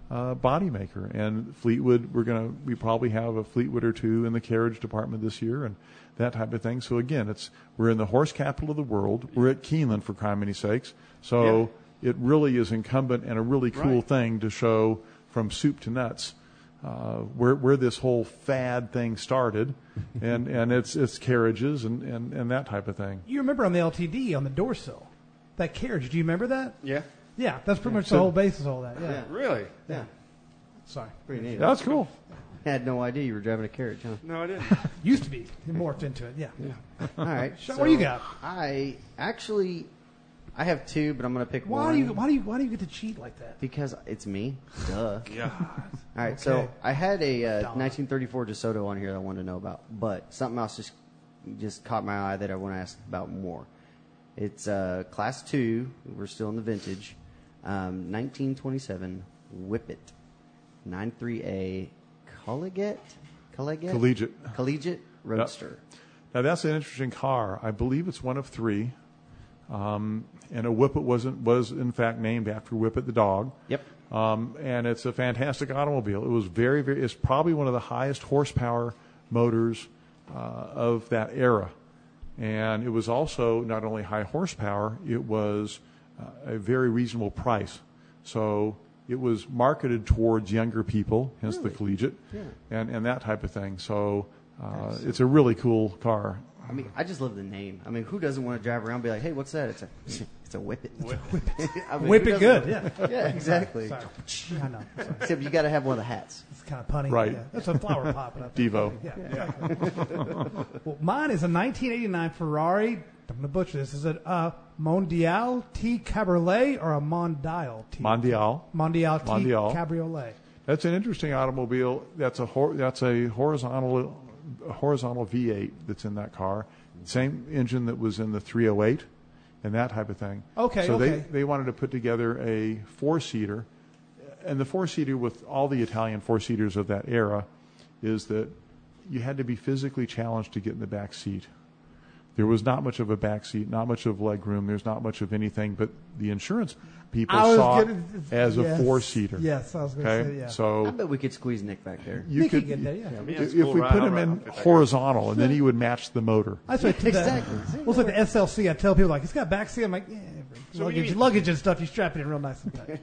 uh, body maker. And Fleetwood, we're gonna we probably have a Fleetwood or two in the carriage department this year and that type of thing. So again, it's we're in the horse capital of the world. We're at Keeneland for crying many sakes. So it really is incumbent and a really cool Right. thing to show from soup to nuts uh, where where this whole fad thing started, and and it's it's carriages and and, and that type of thing. You remember on the LTD on the door sill, that carriage? Do you remember that? Yeah. Yeah, that's pretty much the So- whole basis of all that. Yeah. Yeah. Really? Yeah. Sorry, Pretty neat. That's cool. Had no idea you were driving a carriage, huh? No, I didn't. used to be it morphed into it. Yeah. All right. Sean, what do you got? I actually, I have two, but I'm going to pick Why one. do you? Why do you? Why do you get to cheat like that? Because it's me. Duh. yeah. All right, so Okay. I had a uh, 1934 DeSoto on here that I wanted to know about, but something else just just caught my eye that I want to ask about more. It's uh, class two. We're still in the vintage, um, 1927 Whippet, 93A Collegiate, Collegiate, Collegiate. Collegiate Roadster. Now that's an interesting car. I believe it's one of three, um, and a Whippet wasn't was in fact named after Whippet the dog. Yep. Um, and it's a fantastic automobile. It was very very. It's probably one of the highest horsepower motors uh, of that era, and it was also not only high horsepower. It was uh, a very reasonable price. So it was marketed towards younger people, hence the collegiate, and and that type of thing. So. Uh, it's a really cool car. I mean, I just love the name. I mean, who doesn't want to drive around and be like, "Hey, what's that?" It's a it's a Whippet. I mean, who Whip it doesn't- good. Yeah. Yeah, exactly. Sorry. I know. Sorry. Except you got to have one of the hats. It's kind of punny. Right. Yeah. That's a flower popping up. Devo. Yeah, exactly. well, mine is a 1989 Ferrari. I'm going to butcher this. Is it a Mondial T Cabriolet or a Mondial T? Mondial. Mondial T Mondial. Cabriolet. That's an interesting automobile. That's a hor- that's a horizontal a horizontal V8 that's in that car. Same engine that was in the 308 and that type of thing. Okay, So okay. they they wanted to put together a four seater, and the four seater with all the Italian four seaters of that era is that you had to be physically challenged to get in the back seat. There was not much of a back seat, not much of leg room. There's not much of anything, but the insurance people I was saw gonna- it as yes. a four seater. Yes, I was going to Okay, say, yeah. so I bet we could squeeze Nick back there. you Nick could could get there, yeah. Yeah, If, it's if cool we ride. put I'll him ride- I'll in fit that guy. horizontal, and then he would match the motor. That's what I took Exactly. That. Well, it's like the SLC. I tell people like it's got back seat. I'm like, yeah, So what do you luggage, mean- luggage and stuff. You strap it in real nice and tight.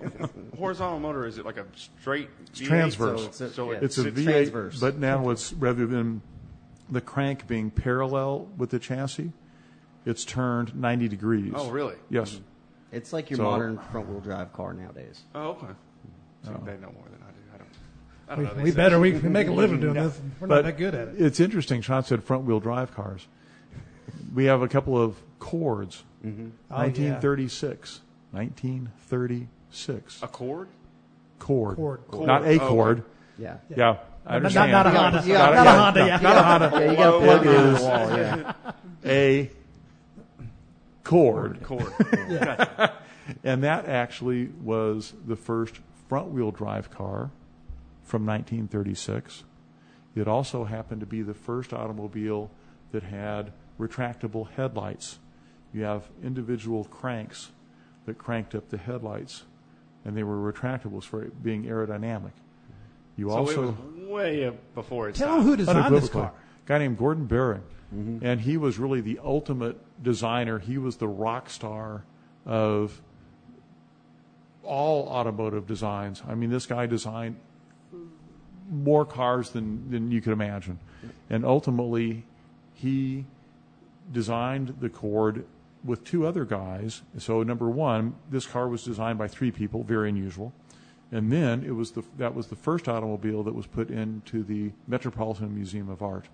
Horizontal motor is it like a straight? V8? transverse. So, So it's a- so yeah. it It's a sits- V8, transverse. but now it's rather than the crank being parallel with the chassis, it's turned 90 degrees. Oh, really? Yes. It's like your So- modern front wheel drive car nowadays. Oh, okay. See, They know more than I do. I don't. I don't know. these Oh. we, we things. better. We can make a living doing this. We're not But that good at it. It's interesting. Sean said front wheel drive cars. We have a couple of Cords. Oh, 1936. 1936. A cord? Cord. Cord. Not a Cord. Oh, cord. Yeah. yeah. I Not, understand. not, not a Yeah, Honda. yeah, not yeah, a Honda. no. Yeah. Not a Honda. Yeah, you got to Whoa, plug it whoa, into the whoa. wall. Yeah. a cord. Cord. And that actually was the first front wheel drive car from 1936. It also happened to be the first automobile that had retractable headlights. You have individual cranks that cranked up the headlights, and they were retractables for it being aerodynamic. You So also it was way up before its Tell time. them who designed this Unequivocally. car. Mm-hmm. A guy named Gordon Baring. And he was really the ultimate designer. He was the rock star of all automotive designs. I mean, this guy designed more cars than, than you could imagine. And ultimately, he designed the Cord with two other guys. So number one, this car was designed by three people, very unusual. And then it was the that was the first automobile that was put into the Metropolitan Museum of Art.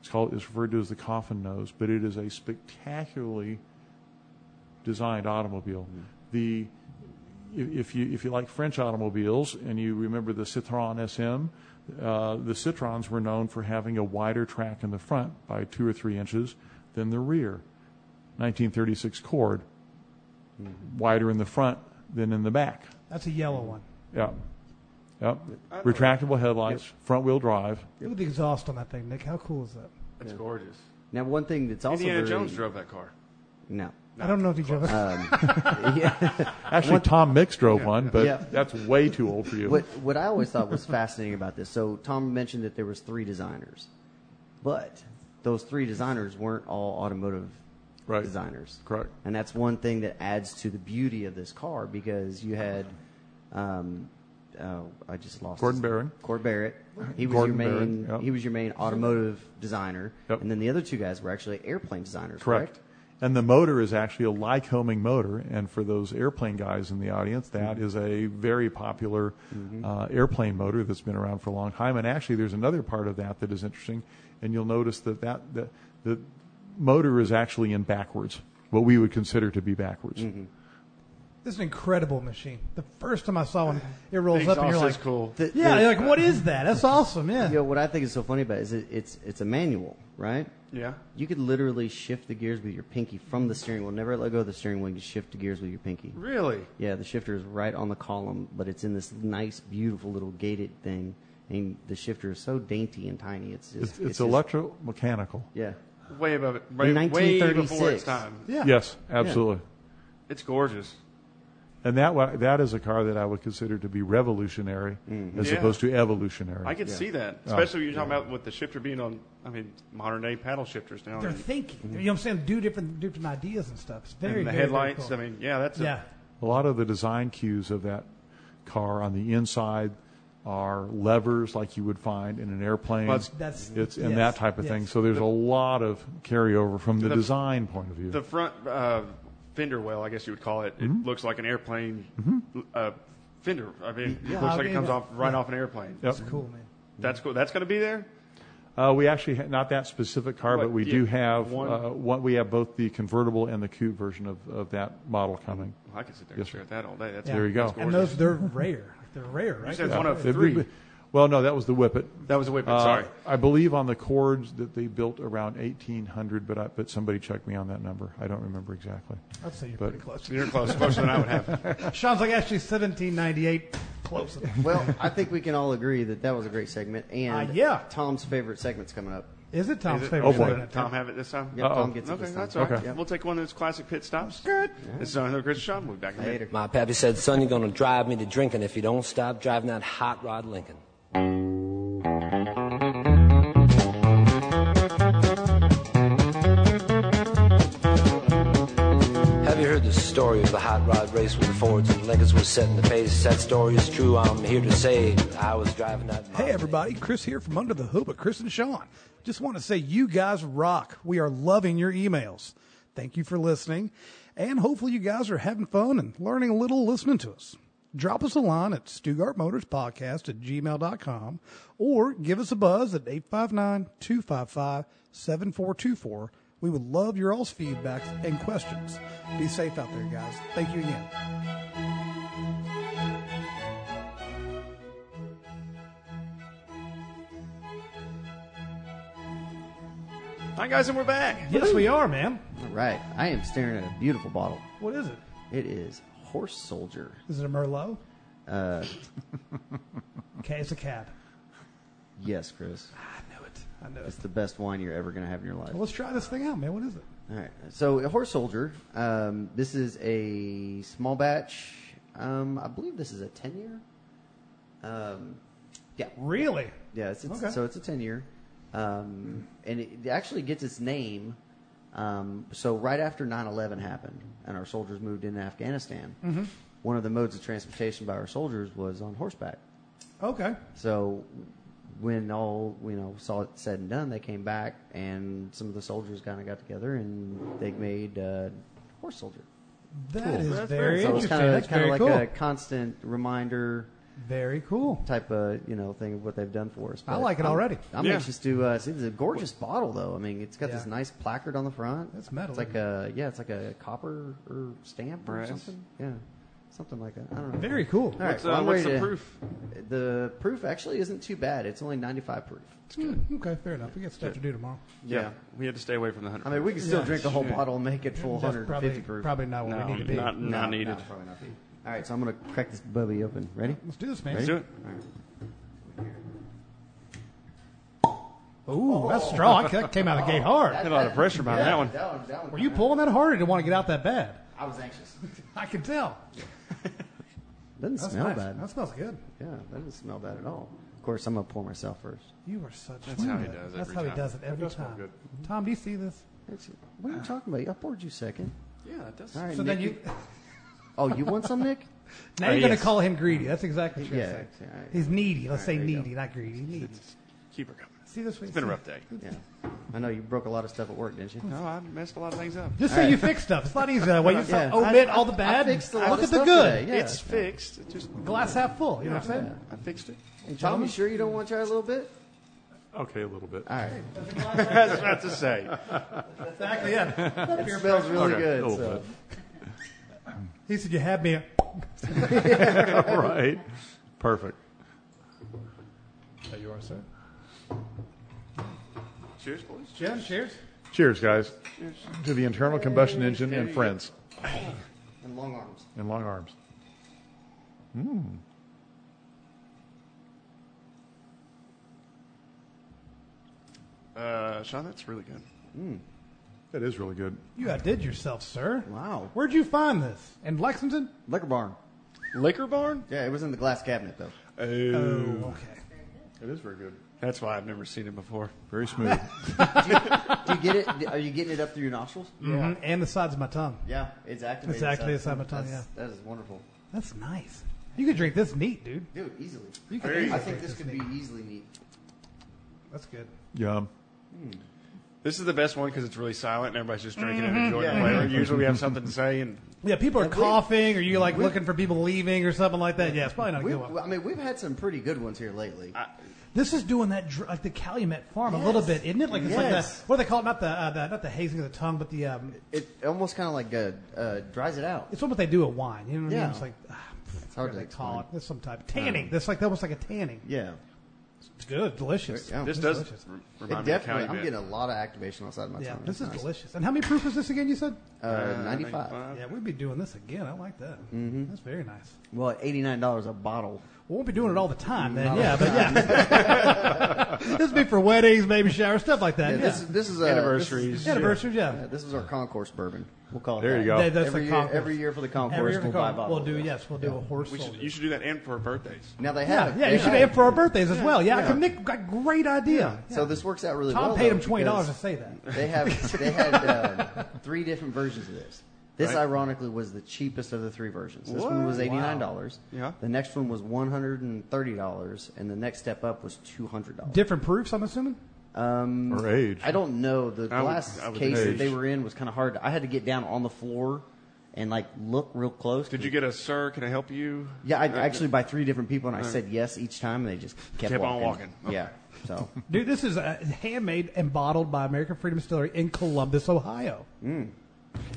It's called it's referred to as the coffin nose, but it is a spectacularly designed automobile. The if if you if you like French automobiles and you remember the Citroën SM, uh, the Citrons were known for having a wider track in the front by two or three inches than the rear. 1936 Cord, Mm-hmm. wider in the front than in the back. That's a yellow one. Yeah, yep. Retractable headlights, front wheel drive. Look at the exhaust on that thing, Nick. How cool is that? That's gorgeous. Now, one thing that's also Indiana very, Jones drove that car. No. I don't know if he drove it. yeah. Actually, Tom Mix drove one, but Yeah. that's way too old for you. what what I always thought was fascinating about this. So Tom mentioned that there was three designers, but those three designers weren't all automotive Right. designers. Correct. And that's one thing that adds to the beauty of this car because you had, um, oh, I just lost Gordon his- Barron. Gordon Barrett. He was Gordon your main. Barron, yep. He was your main automotive designer, Yep. and then the other two guys were actually airplane designers. Correct. Correct. And the motor is actually a Lycoming motor, and for those airplane guys in the audience, Mm-hmm. that is a very popular uh, airplane motor that's been around for a long time. And actually, there's another part of that that is interesting, and you'll notice that that, that the motor is actually in backwards, what we would consider to be backwards. Mm-hmm. This is an incredible machine. The first time I saw one, it rolls The up and you're exhaust is like, cool. The- yeah, the- you're like, what is that? That's awesome. Yeah. You know, what I think is so funny about it is it, it's it's a manual, right? Yeah. You could literally shift the gears with your pinky from the steering wheel. Never let go of the steering wheel. You shift the gears with your pinky. Really? Yeah, the shifter is right on the column, but it's in this nice, beautiful little gated thing. And the shifter is so dainty and tiny. It's just, It's, it's, just- electromechanical. yeah, Way above it. Way, In way before its 1936. time. Yeah. Yes, absolutely. It's gorgeous. And that wa- that is a car that I would consider to be revolutionary as Yeah. opposed to evolutionary. Mm-hmm. I could see that, Oh, especially when you're talking about with the shifter being on. I mean, modern day paddle shifters now. They're and- thinking. You know what I'm saying? Do different, different ideas and stuff. It's and very, the very, very headlights. cool. I mean, yeah, that's yeah. A lot of the design cues of that car on the inside are levers like you would find in an airplane. That's- That's- it's and yes, that type of thing. yes. So there's a lot of carryover from the, The- design point of view. a, the front uh, fender well, I guess you would call it. Mm-hmm. It looks like an airplane uh, fender. I mean, it looks I like it mean, comes yeah. off right Yeah. off an airplane. Yep. It's cool, man. That's cool. That's going to be there. Uh, we actually ha- not that specific car, What, but we yeah, do have one- Uh, one. We have both the convertible and the coupe version of, of that model coming. Well, I could sit there and Yes, stare at that all day. That's Yeah. There you go. that's And gorgeous. those, they're rare. They're rare, right? said They're one rare. of- Three. Well, no, that was the Whippet. that was a whip. Uh, sorry. I believe on the cords that they built around 1800, but I, but somebody checked me on that number. I don't remember exactly. I'd say you're But- pretty close. You're close, closer than I would have. Sean's like, actually, 1798, close enough. well, I think we can all agree that that was a great segment. And Uh, yeah. Tom's favorite segment's coming up. Is it Tom's Is it- favorite? Oh, boy. segment? Tom have it this time? Yeah, Tom Uh-oh. gets it Okay, this time. that's all right. Okay. Yeah, We'll take one of those classic pit stops. Good. It's another Chris Sean. We'll be back in a minute. Later. My pappy said, son, you're going to drive me to drinking if you don't stop driving that hot rod Lincoln. Have you heard the story of the hot rod race where the Fords and Lincolns were setting the pace? That story is true. I'm here to say I was driving that. Hey, everybody. Chris here from Under the Hood with Chris and Sean. Just want to say you guys rock. We are loving your emails. Thank you for listening. And hopefully, you guys are having fun and learning a little listening to us. Drop us a line at Stugart Motors Podcast at gmail.com or give us a buzz at 859 255 7424. We would love your all's feedbacks and questions. Be safe out there, guys. Thank you again. Hi guys, and we're back. Yes, we are, ma'am. All right, I am staring at a beautiful bottle. What is it? It is Horse Soldier. Is it a Merlot? Uh. okay, it's a cab. Yes, Chris, I knew it. I knew it. it's the best wine you're ever going to have in your life. Well, let's try this thing out, man. What is it? All right. So, a horse soldier. Um, this is a small batch. Um, I believe this is a ten year. Um, yeah, Really? yeah. It's, it's, Okay. So it's a ten year, um, and it actually gets its name. Um, so right after 9-11 happened, and our soldiers moved into Afghanistan, one of the modes of transportation by our soldiers was on horseback. Okay. So when all you know saw it said and done, they came back and some of the soldiers kind of got together and they made uh, horse soldier. That is That's very- very So it's interesting. kind of That's kind of very like cool. a constant reminder Very cool. type of you know thing of what they've done for us. I like it I'm- already. I'm Yeah. anxious to uh, see. It's a gorgeous bottle though. I mean, it's got this Yeah. nice placard on the front. That's metal, It's like isn't a it? yeah, it's like a copper or stamp Brass. or something. Yeah, something like that. I don't know. Very cool. All right, What's, well, uh, I'm what's ready the to- proof? The proof actually isn't too bad. It's only 95 proof. Hmm, okay, fair enough. We got stuff to do tomorrow. Yeah. we had to stay away from the hundred. I mean, we can still Yeah. drink a whole bottle and make it full That's 150 probably, proof. probably not what no, we need to be. not, No, not no, needed. probably not. All right, so I'm gonna crack this bubby open. Ready? Let's do this, man. Let's do it. Ooh, that's strong. That came out of the gate hard. Had a lot of pressure behind that one. That one, that one Were you pulling that hard or didn't want to get out that bad? I was anxious. I can tell. Doesn't That's smell nice. bad. That smells good. Yeah, that doesn't smell bad at all. Of course, I'm gonna pour myself first. You are such That's how he good. does That's every how he time. does it every time. Tom, do you see this? It's- What are you talking about? I poured you second. Yeah, that does. All right, Ah. So Nick, then you Oh, you want some, Nick? now Uh, you're going yes. to call him greedy. That's exactly what you're Yeah, saying. yeah, all right. He's needy. Let's All right, say there you needy, not greedy. Needy. Keep her coming. See this way. It's been a rough day. Yeah. I know you broke a lot of stuff at work, didn't you? No, I messed a lot of things up. Just so you fix stuff. It's not easy that way. You just Yeah. omit I- all the I- I bad. fixed a and lot look of at the stuff good. today, yeah. It's fixed. It just Glass half full. You know what I'm saying? I fixed it. Hey, Tom, you sure you don't want to try a little bit? Okay, a little bit. All right. I was about to say. Exactly. Yeah. It smells really Okay, a good. little So. He said you had me. a- All right. Perfect. There you are, sir. Cheers, boys. Jim, cheers. Cheers, guys. To the internal combustion engine and friends And long arms. and long arms. Uh, Sean, that's really good. That is really good. You outdid yourself, sir. Wow. Where'd you find this? In Lexington? Liquor barn. Liquor barn? Yeah, it was in the glass cabinet, though. Oh, okay. It is very good. That's why I've never seen it before. Very smooth. Do you get it? Are you getting it up through your nostrils? Mhm, And the sides of my tongue. Yeah, it's activated. It's activated so- side by side, that's- That is wonderful. That's nice. You could drink this neat, dude. Dude, easily. You could Very easily I drink think this could be neat. easily neat. That's good. Yum. This is the best one because it's really silent and everybody's just drinking Mm-hmm. and enjoying the flavor. Usually we have something to say and Yeah, people are And we- coughing, or you like looking for people leaving, or something like that. Yeah, it's probably not a We, good one. I mean, we've had some pretty good ones here lately. This is doing that dr- like the Calumet Farm a little bit, isn't it? Like it's like Yes. the what do they call it? Not the, uh, the not the hazing of the tongue, but the um, It almost kind of like uh, uh, dries it out. it's what they do at wine. You know what I mean? Yeah. It's like ah, it's hard to they call it. explain. Um, It's some type tanning. That's like almost like a tanning. Yeah. It's good, delicious. Yeah. this does Delicious. r- It remind me of definitely. County I'm Bit. getting a lot of activation outside of my Yeah, tongue. this is That's nice. delicious. And how many proof was this again? You said? Uh, 95. Yeah, we'd be doing this again. I like that. Mm-hmm. That's very nice. Well, at $89 a bottle. We won't be doing it all the time, then. Not Yeah, all the but yeah, this would be for weddings, baby showers, stuff like that. Yeah, Yeah, This, this is uh, Anniversaries. This is, anniversaries. Yeah, uh, this is our concourse bourbon. We'll call it. There that. you go. That- that's every, the year, concourse. every year for the concourse, Every year we'll we buy a call- bottle. we'll of do. that. Yes, we'll do a horse. We should, soldier. you should do that and for our birthdays. Now they yeah, have. yeah, they you should aim for our birthdays as well. Yeah, yeah. I can Nick got great idea. So Yeah. this works out really well. Tom paid though, him twenty dollars to because say that. They have. They had um, three different versions of this. This Right. ironically was the cheapest of the three versions. This one was What? eighty nine dollars. Yeah. The next one was one hundred and thirty dollars, and the next step up was two hundred dollars. Different proofs, I'm assuming. Or age. I don't know. The I would- glass I would case think- that they were in was kind of hard. I had to get down on the floor and like look real close. Did you get a sir? Can I help you? Yeah, I actually by three different people, and I said yes each time, and they just kept, Kept on walking. walking. Okay. Yeah. So Dude, this is uh, handmade and bottled by American Freedom Distillery in Columbus, Ohio.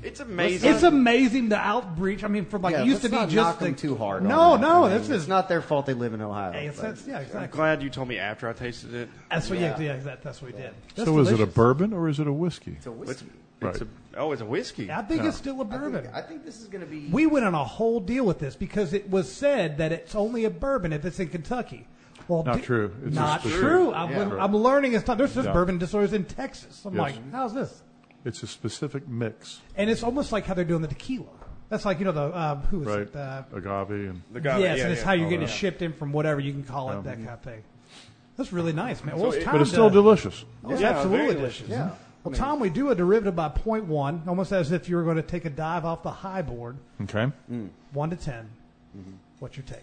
It's amazing. It's amazing the outreach. I mean, from like yeah, it used to let's be not just knock the, them too hard. No, on that. no, I mean, this it's is not their fault. They live in Ohio. Hey, it's, but- that's, yeah, I'm exactly. glad you told me after I tasted it. That's what yeah, Yeah. yeah, that, that's what we did. That's So is it a delicious. bourbon or is it a whiskey? It's a It's, whiskey. it's Right. a, oh, it's a whiskey. I think it's still a I think- bourbon. I think this is going to be. we went on a whole deal with this because it was said that it's only a bourbon if it's in Kentucky. Well, Not di- true. It's not a speci- true. I'm, Yeah. I'm learning it's not. There's just Yeah. bourbon distilleries in Texas. I'm Yes. like, how's this? It's a specific mix, And it's almost like how they're doing the tequila. That's like you know the uh, who is right? it? Uh, Agave and The guy- yes, yeah, and it's yeah. how you're Oh, getting yeah. it shipped in from whatever you can call it. Um, that kind of thing. That's really nice, man. So Well, it's it- time but it's to- still delicious. Oh, it's Yeah, absolutely very delicious. delicious. Yeah. Well, Tom, we do a derivative by point 0.1, almost as if you were going to take a dive off the high board, Okay. 1 to 10. Mm-hmm. What's your take?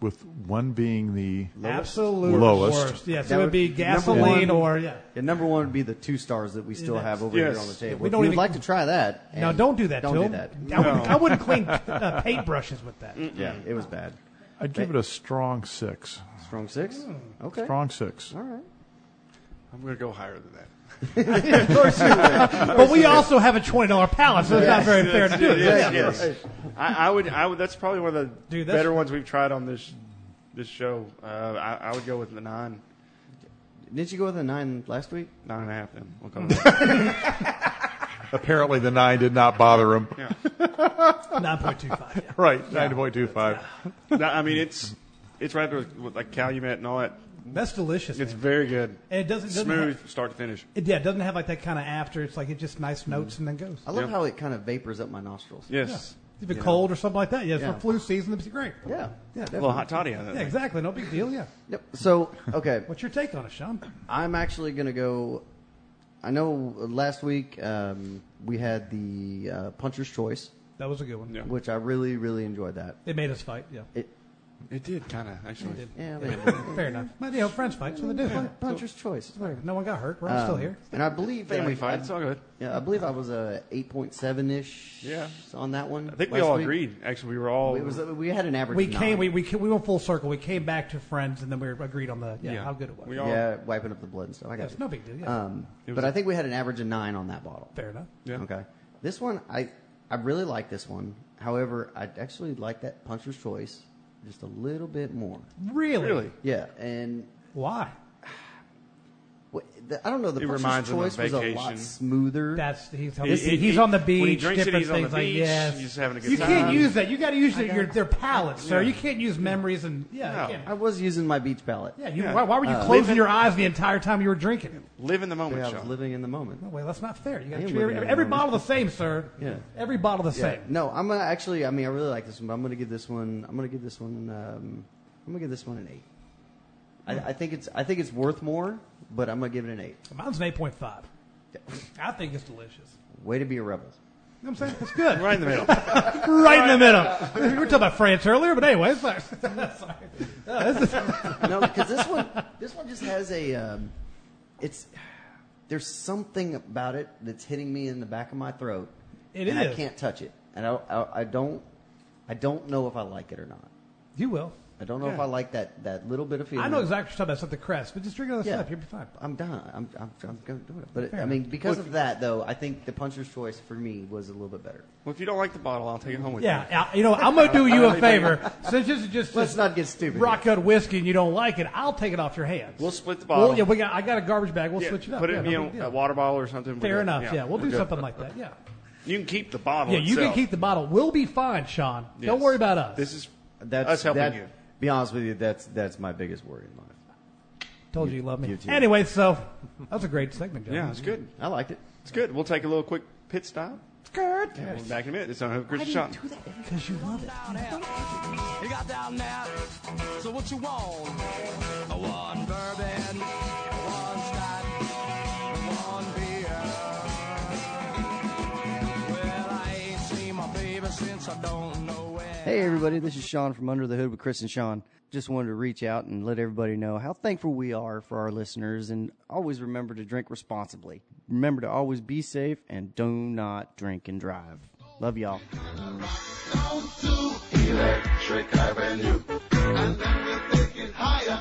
With one being the Absolute Lowest. worst. Yeah, That so it would would- be number gasoline one- or, yeah. Yeah, number one would be the two stars that we still Yeah, have over yes. here on the table. we If don't you even- would like to try that. Now, and don't do that Don't to do him. that. I, wouldn't, I wouldn't clean uh, paintbrushes with that. Yeah, it was bad. I'd give it a strong six. Strong six. Mm. Okay. Strong six. All right. I'm going to go higher than that. But we also have a twenty dollar pallet, so it's not very fair to do it. Yes, yes. I, I would. I would. That's probably one of the Dude, that's- better ones we've tried on this this show. Uh, I, I would go with the nine, Didn't you go with a nine last week? nine and a half. Then we'll call it. that. Apparently, the nine did not bother him. Nine point two five. Right, nine point two five. No, I mean, it's it's right there with, with like Calumet and all that. That's delicious. It's man. very good. and it doesn't, doesn't Smooth Have, start to finish. it, yeah, it doesn't have like that kind of after. It's like it just nice notes and then goes. I love Yeah. how it kind of vapors up my nostrils. Yes. If it's cold or something like that, yeah, it's Yeah. for flu season. It'd be great. Yeah. yeah, A little hot toddy out of yeah, that. exactly. No big deal. Yeah. Yep. So okay, What's your take on it, Sean? I'm actually gonna go. I know last week um, we had the uh, puncher's choice, That was a good one. Yeah. which I really really enjoyed that. It made us fight. Yeah. It, It did kind of actually. yeah, Fair enough. But you know, friends fight, so they do. fight. puncher's choice. It's whatever. No one got hurt. We're all still here. Um, And I believe Family I- fight. I- It's all good. Yeah, I believe I was a 8.7 ish. Yeah. on that one. I think we all agreed. Actually, we were all. It was we had an average. We of came. nine. We, we ca- we went full circle. We came back to friends, and then we were agreed on the yeah, Yeah. how good it was. We all- yeah, wiping up the blood and stuff. I got That's you. no big deal. Yeah. Um, It was but a- I think we had an average of nine on that bottle. Fair enough. Yeah. Okay. This one, I I really like this one. However, I actually like that puncher's choice just a little bit more. Really? Really? Yeah, and Why? wh- the, I don't know. The It reminds puncher's him of choice was a vacation. lot smoother. That's he's It- it- he's it- on the when he beach. drinks it, different he's on things the like beach, yes. he's having a good you can't time. use that. You got to use your, your their palate, sir. You can't use memories and yeah. No. You can't. I was using my beach palette. yeah, you, Yeah. Uh, Why, why were you closing your eyes the entire time you were drinking? Live in the Yeah, moment, I was Sean. living in the moment. No way, that's not fair. You got I to am treat living every, in every the bottle the same, sir. Yeah. Every bottle the Yeah. same. No, I'm gonna actually. I mean, I really like this one, but I'm gonna give this one. I'm gonna give this one. Um, I'm gonna give this one an eight. I, I think it's. I think it's worth more, but I'm gonna give it an eight. Mine's an eight point five. I think it's delicious. Way to be a rebel. You know what I'm saying? It's good. Right in the middle. right in the middle. We were talking about France earlier, but anyway, it's like, sorry. No, this is- No, because this one. This one just has a. Um, it's. There's something about it that's hitting me in the back of my throat. It and I is. can't touch it, and I, I, I don't. I don't know if I like it or not. you will. I don't know if Yeah. I like that, that little bit of feeling. I know exactly what you're talking about. It's not the crest, but just drink other Yeah. stuff. You'll be fine. I'm done. I'm, I'm, I'm going to do it. But it, Fair I mean, enough. because of that, though, I think the puncher's choice for me was a little bit better. Well, if you don't like the bottle, I'll take it home with Yeah, me. yeah, you know, I'm going to do you a favor. Since this is just Let's just not get stupid. rock cut whiskey and you don't like it, I'll take it off your hands. We'll split the bottle. Well, yeah, we got, I got a garbage bag. We'll Yeah, switch it up. Put it yeah, in no me big a deal. water bottle or something. Fair We're good. enough. Yeah, we'll we're do good. something like that. Yeah. You can keep the bottle. Yeah, you can itself. keep the bottle. We'll be fine, Sean. Don't Yes. worry about us. This is That's us helping that- you. Be honest with you, that's that's my biggest worry in life. Told you you love me. you too. anyway, so that was a great segment, John. Yeah, it's good. I liked it. It's good. We'll take a little quick pit stop. It's good. Yeah, we'll be back in a minute. It's on Hope Christian Shop. Because you love it. You got down there, so what you want? One bourbon, one scotch, one beer. Well, I ain't seen my baby since I don't know where. Hey, everybody, this is Sean from Under the Hood with Chris and Sean. Just wanted to reach out and let everybody know how thankful we are for our listeners and always remember to drink responsibly. Remember to always be safe and do not drink and drive. Love y'all. Electric Avenue. And then we take it higher.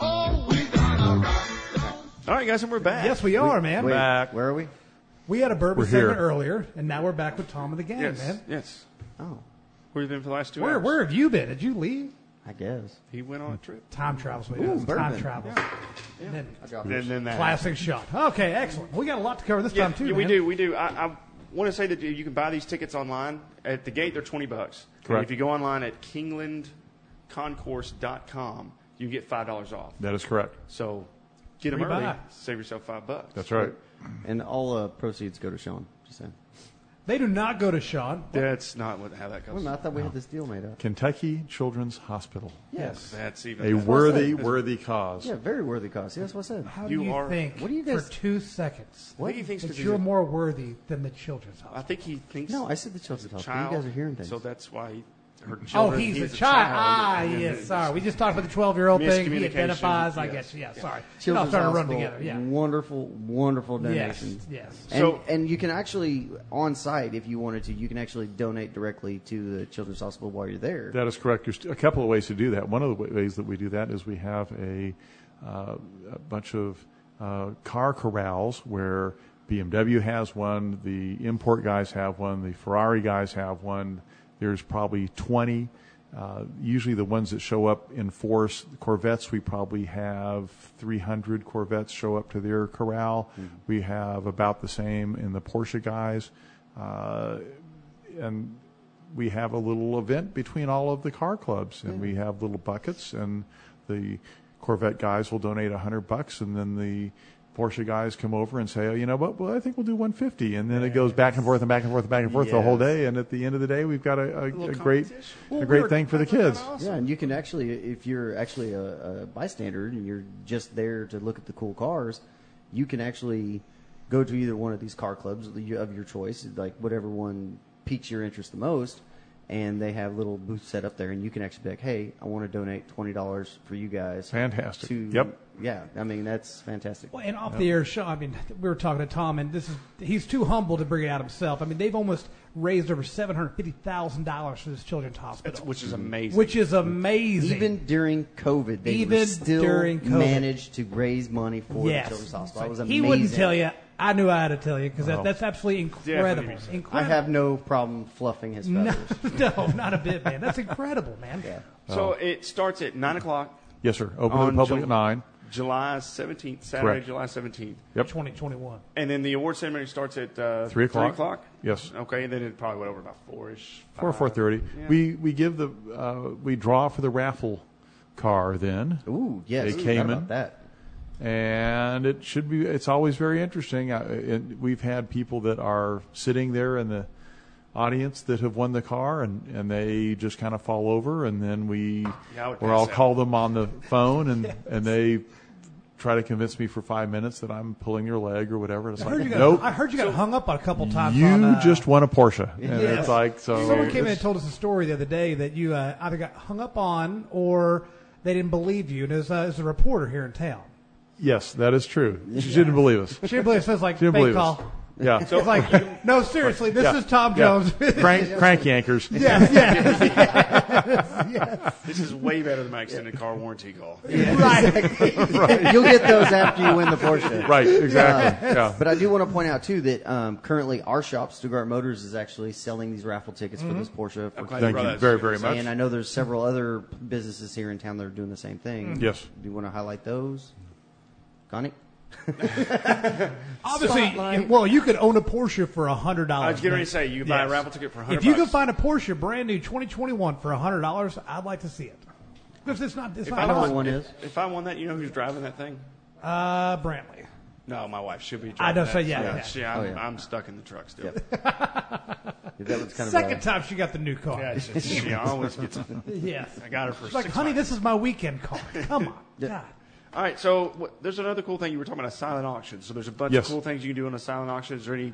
Oh, we gonna rock. All right, guys, and we're back. Yes, we are, man. Wait, Back. where are we? We had a bourbon We're here. segment earlier, and now we're back with Tom of the Gang, Yes. man. Yes. Oh, Where you been for the last two Where hours? where have you been? Did you leave? I guess. He went on a trip. Time travels, man. Ooh, time bourbon. travels. And then And then that. classic shot. Okay, excellent. We got a lot to cover this Yeah, time too. yeah, we man. do. We do. I, I want to say that you can buy these tickets online at the gate. They're twenty bucks. And Correct. if you go online at kinglandconcourse.com, you get five dollars off. That is correct. So get them Free early. buy. Save yourself five bucks. That's right. And all uh, proceeds go to Sean. Just saying. They do not go to Sean. That's not what how that Wait a goes. minute, I thought we had this deal made up. Kentucky Children's Hospital. Yes. That's even A that's- worthy, worthy cause. Yeah, very worthy cause. Yes, what's that? How You do you are- think? What do you guys- for two seconds? I think he thinks That 'cause he's you're a- more worthy than the children's I hospital. think he thinks. No, I said the children's he's a hospital. You child, guys are hearing things. So that's why. He, her Oh, children. he's, a, child. Ah, And yes. it's- Sorry, we just talked about the twelve-year-old thing. He Miscommunication, identifies. I yes. guess. Yeah. Sorry. It all Children's started to run Hospital, together. Yeah. Wonderful, wonderful Yes. donations. Yes. And, So- and you can actually on site if you wanted to, you can actually donate directly to the Children's Hospital while you're there. That is correct. There's a couple of ways to do that. One of the wa- ways that we do that is we have a, uh, a bunch of uh, car corrals where BMW has one, the import guys have one, the Ferrari guys have one. There's probably 20. Uh, usually the ones that show up in force, Corvettes, we probably have 300 Corvettes show up to their corral. We have about the same in the Porsche guys. Uh, and we have a little event between all of the car clubs and we have little buckets and the corvette guys will donate 100 bucks and then the porsche guys come over and say oh you know what well i think we'll do 150 and then it goes back and forth and back and forth and back and forth the whole Yes. day and at the end of the day we've got a, a, little a great competition. a great thing for the kids Yeah, and you can actually, if you're actually a, a bystander and you're just there to look at the cool cars, you can actually go to either one of these car clubs of your choice, like whatever one piques your interest the most. And they have little booths set up there, and you can actually be like, "Hey, I want to donate twenty dollars for you guys." Fantastic. To, Yep. Yeah, I mean that's fantastic. Well, and off the air show, I mean, we were talking to Tom, and this is—he's too humble to bring it out himself. I mean, they've almost raised over seven hundred fifty thousand dollars for this children's hospital, That's- Mm-hmm. which is amazing. which is amazing. Even during COVID, they Even were still during COVID. managed to raise money for yes, the Children's Hospital. It was he amazing. wouldn't tell you. I knew I had to tell you because Wow. that, that's absolutely incredible. Definitely. incredible. I have no problem fluffing his no, feathers. no, not a bit, man. That's incredible, man. So it starts at nine o'clock, yes sir open to On the public Jul- at 9 July seventeenth, Saturday, Correct. July seventeenth, Twenty twenty one. and then the award ceremony starts at uh, 3 o'clock. Three o'clock. Yes. Okay, and then it probably went over about four ish. four or four thirty. Yeah. We we give the uh, we draw for the raffle car then, Ooh, yes, They forgot came in. about that. and it should be. It's always very interesting. I, and we've had people that are sitting there in the audience that have won the car, and and they just kind of fall over, and then we Yeah, I would or pass I'll out. call them on the phone, and and they. Try to convince me for five minutes that I'm pulling your leg or whatever. And it's I like, heard you got. nope, I heard you got hung up on a couple times. you on, uh, just won a Porsche. And Yes. it's like, so. Someone came in it's- and told us a story the other day that you uh, either got hung up on or they didn't believe you. And it was, uh, it was a reporter here in town. Yes, that is true. She didn't believe us. She didn't believe us. It was like, She didn't fake believe call. us. Yeah. It's like, no, seriously, this Yeah. is Tom Yeah. Jones. crank, crank yankers. yes, yes, This is way better than my extended car warranty call. right. You'll get those after you win the Porsche. Right, exactly. yeah. But I do want to point out too that um, currently our shop, Stuttgart Motors, is actually selling these raffle tickets for this Porsche. For Okay. Thank Brother, you very, very much. and I know there's several other businesses here in town that are doing the same thing. Yes. Do you want to highlight those? Connie? Obviously, Spotlight. well, you could own a Porsche for a hundred dollars. I was getting ready to say, you could buy a raffle ticket for $100 If you can bucks. find a Porsche brand new 2021 for a hundred dollars, I'd like to see it. Because it's not, it's If not. know won- one if, is. if I won that, you know who's driving that thing? uh, Brantley. No, my wife. She'll be. I Driving don't that. say- yeah, yeah. She, I'm, Oh, yeah. I'm stuck in the truck still. That was kind Second of time she got the new car. Yeah, she, she always gets. Yes. I got her for It's like, six honey, months. this is my weekend car. Come on. God. All right, so what, there's another cool thing you were talking about a silent auction. So there's a bunch Yes. of cool things you can do on a silent auction. Is there any?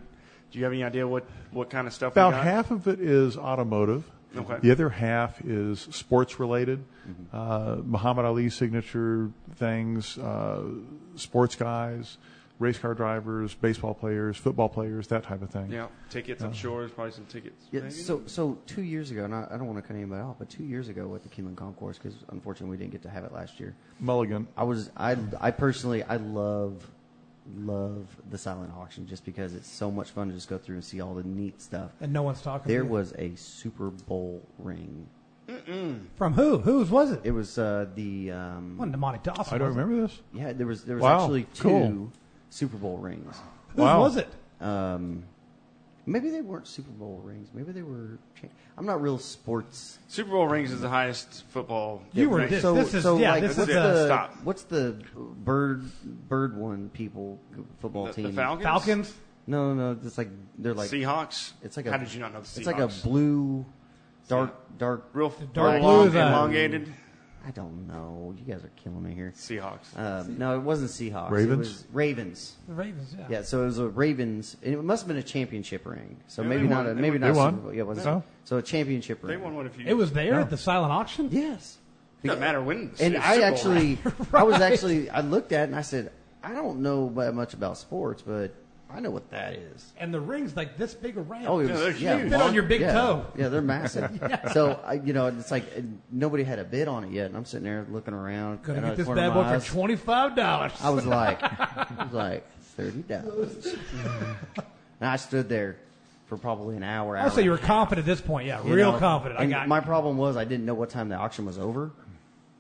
Do you have any idea what what kind of stuff? we About got? half of it is automotive. Okay. Mm-hmm. The other half is sports related. Uh, Muhammad Ali signature things, uh, sports guys, race car drivers, baseball players, football players, that type of thing. Yeah, tickets. Oh. I'm sure there's probably some tickets. Yeah, maybe? so, so two years ago, and I, I don't want to cut anybody off, but two years ago at the Keeneland Concourse, because unfortunately we didn't get to have it last year, Mulligan. I was I I personally I love love the silent auction just because it's so much fun to just go through and see all the neat stuff. And no one's talking. There to you. was a Super Bowl ring. from who? Whose was it? It was uh, the um, Wasn't the Monty Dawson? I don't was it? remember this. yeah. There was there was Wow, actually two cool. Super Bowl rings. Whose Wow. was it? Um, maybe they weren't Super Bowl rings. Maybe they were. Cha- I'm not real sports. Super Bowl rings is the highest football. You were this. so this is so yeah. like this is what's uh, the the Stop. what's the bird bird one people football The, team? the Falcons. Falcons. No, no, it's like they're like Seahawks. It's like a, How did you not know the Seahawks? It's like a blue, dark, dark. real dark dark blue long, is uh, a- elongated. I don't know. You guys are killing me here. Seahawks. Um, no, it wasn't Seahawks. It Ravens? was Ravens. The Ravens, yeah. Yeah, so it was a Ravens, and it must have been a championship ring. So Yeah, maybe they not won. a They maybe won. not They a won. Super Bowl. Yeah, it was No. so a championship ring. They won one a few. It was there Yeah. at the silent auction? Yes. doesn't matter when. And It's I Super Bowl. actually, I was actually, I looked at it and I said, I don't know that much about sports, but I know what that is. And the ring's like this big around. Oh, it Yeah, was, they're yeah, huge. Fit on your big yeah, toe. Yeah, they're massive. So I, you know, it's like uh, nobody had a bid on it yet, and I'm sitting there looking around. Gonna out of get the this corner of bad my boy eyes. for twenty five dollars. I was like, I was like thirty dollars. and I stood there for probably an hour. I'll hour say you were and a half, confident at this point, yeah. you real know? confident. I And got my problem was I didn't know what time the auction was over.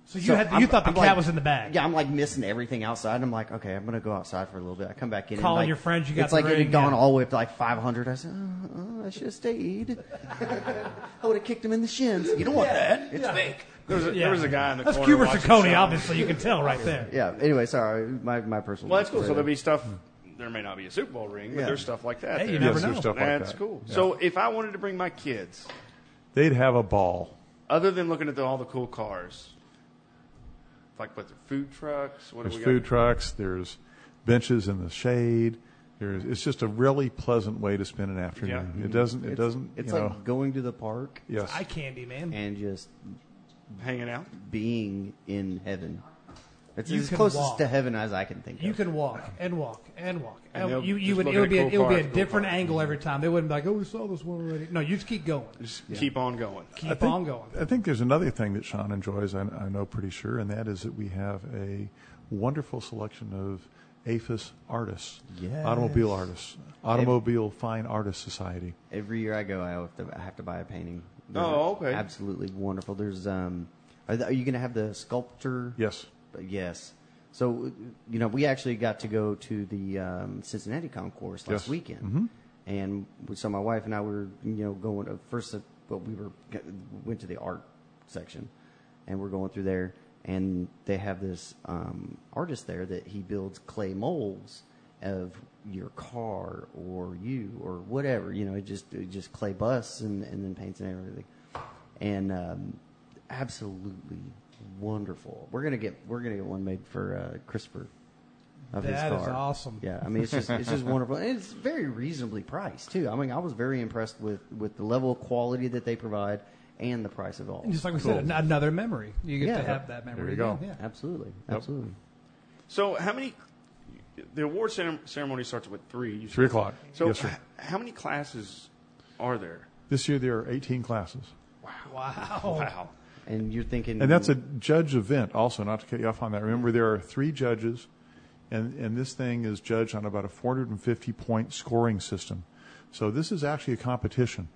So you So had you I'm- thought the I'm cat like- was in the bag. Yeah, I'm like missing everything outside. I'm like, okay, I'm gonna go outside for a little bit. I come back in. and, Calling like, your friends, you got It's the like it ring, had gone yeah. all the way up to like 500. I said, oh, oh, I should have stayed. I would have kicked him in the shins. You don't want that. It's fake. there was a, Yeah. there was a guy in the That's corner. Cuba watching Ciccone, Sean. obviously. You can tell right there. Yeah. Anyway, sorry, my my personal. Well, that's cool. So there'll right be stuff. There may not be a Super Bowl ring, but Yeah. there's stuff like that. Hey, you there. never Yes, know. there's stuff like That's that. cool. So if I wanted to bring my kids, They'd have a ball. other than looking at the, all the cool cars, like with the food trucks, what There's do we food got? trucks. There's benches in the shade. There's, it's just a really pleasant way to spend an afternoon. Yeah. It doesn't. It It's- doesn't. It's you like know, going to the park yes. Eye candy, man. and just hanging out. being in heaven. It's You as can close walk. to heaven as I can think You of. can walk and walk and walk. And And they'll you, you just would, look it would at be, a, cool it would be a cars, cool different cars. angle every time. They wouldn't be like, oh, we saw this one already. No, you just keep going. Just keep on going. Keep on going. I think there's another thing that Sean enjoys, I, I know pretty sure, and that is that we have a wonderful selection of APHIS artists, automobile artists, Automobile Fine Artist Society. Every year I go, I have to, I have to buy a painting. Oh, okay. Absolutely wonderful. There's um, are, the, are you going to have the sculptor? Yes. Yes. So, you know, we actually got to go to the um, Cincinnati concourse last Yes. weekend, and so my wife and I were, you know, going to first. uh, Well, we were went to the art section, and we're going through there, and they have this um, artist there that he builds clay molds of your car or you or whatever. You know, it just it just clay busts and, and then paints and everything, and um, absolutely wonderful. We're gonna get we're gonna get one made for uh, Christopher. Of his That is car. awesome. Yeah, I mean it's just it's just wonderful, and it's very reasonably priced too. I mean, I was very impressed with with the level of quality that they provide and the price of all. And just like we said, an, another memory. You get Yeah. to have that memory. There you go. again, Yeah. Absolutely, absolutely. So how many? The award cere- ceremony starts with three. You Three said. o'clock. So yes, sir. h- how many classes are there? This year there are 18 classes. Wow. Wow. And you're thinking, And that's a judge event, also, not to cut you off on that. Remember, there are three judges, and, and this thing is judged on about a 450 point scoring system. So this is actually a competition.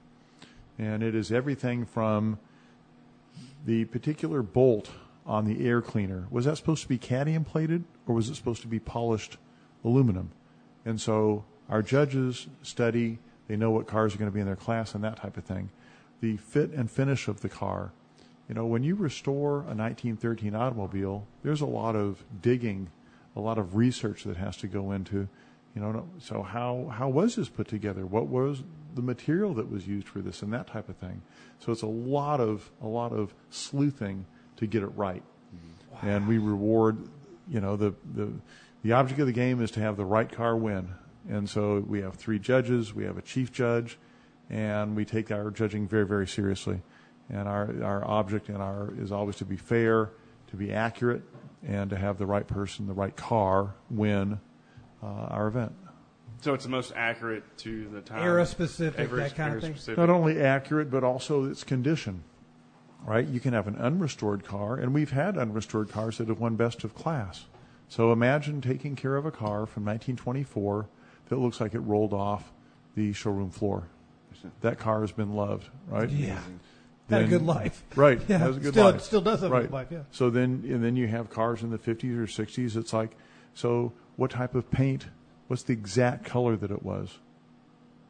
And it is everything from the particular bolt on the air cleaner. Was that supposed to be cadmium plated, or was it supposed to be polished aluminum? And so our judges study, they know what cars are going to be in their class and that type of thing. The fit and finish of the car. You know, when you restore a 1913 automobile, there's a lot of digging, a lot of research that has to go into, you know, so how, how was this put together? What was the material that was used for this and that type of thing? So it's a lot of, a lot of sleuthing to get it right and we reward you know the, the the object of the game is to have the right car win and so we have three judges we have a chief judge and we take our judging very very seriously and our our object and our is always to be fair to be accurate and to have the right person the right car win uh, our event So it's the most accurate to the time. Era-specific, Ever- that kind of thing? era-specific. not only accurate but also its condition right you can have an unrestored car and we've had unrestored cars that have won best of class so imagine taking care of a car from 1924 that looks like it rolled off the showroom floor that car has been loved right Yeah. Had a Then- good life. right Yeah. has a good still, life Still does have right. a good life, yeah. so then and then you have cars in the 50s or 60s it's like so what type of paint what's the exact color that it was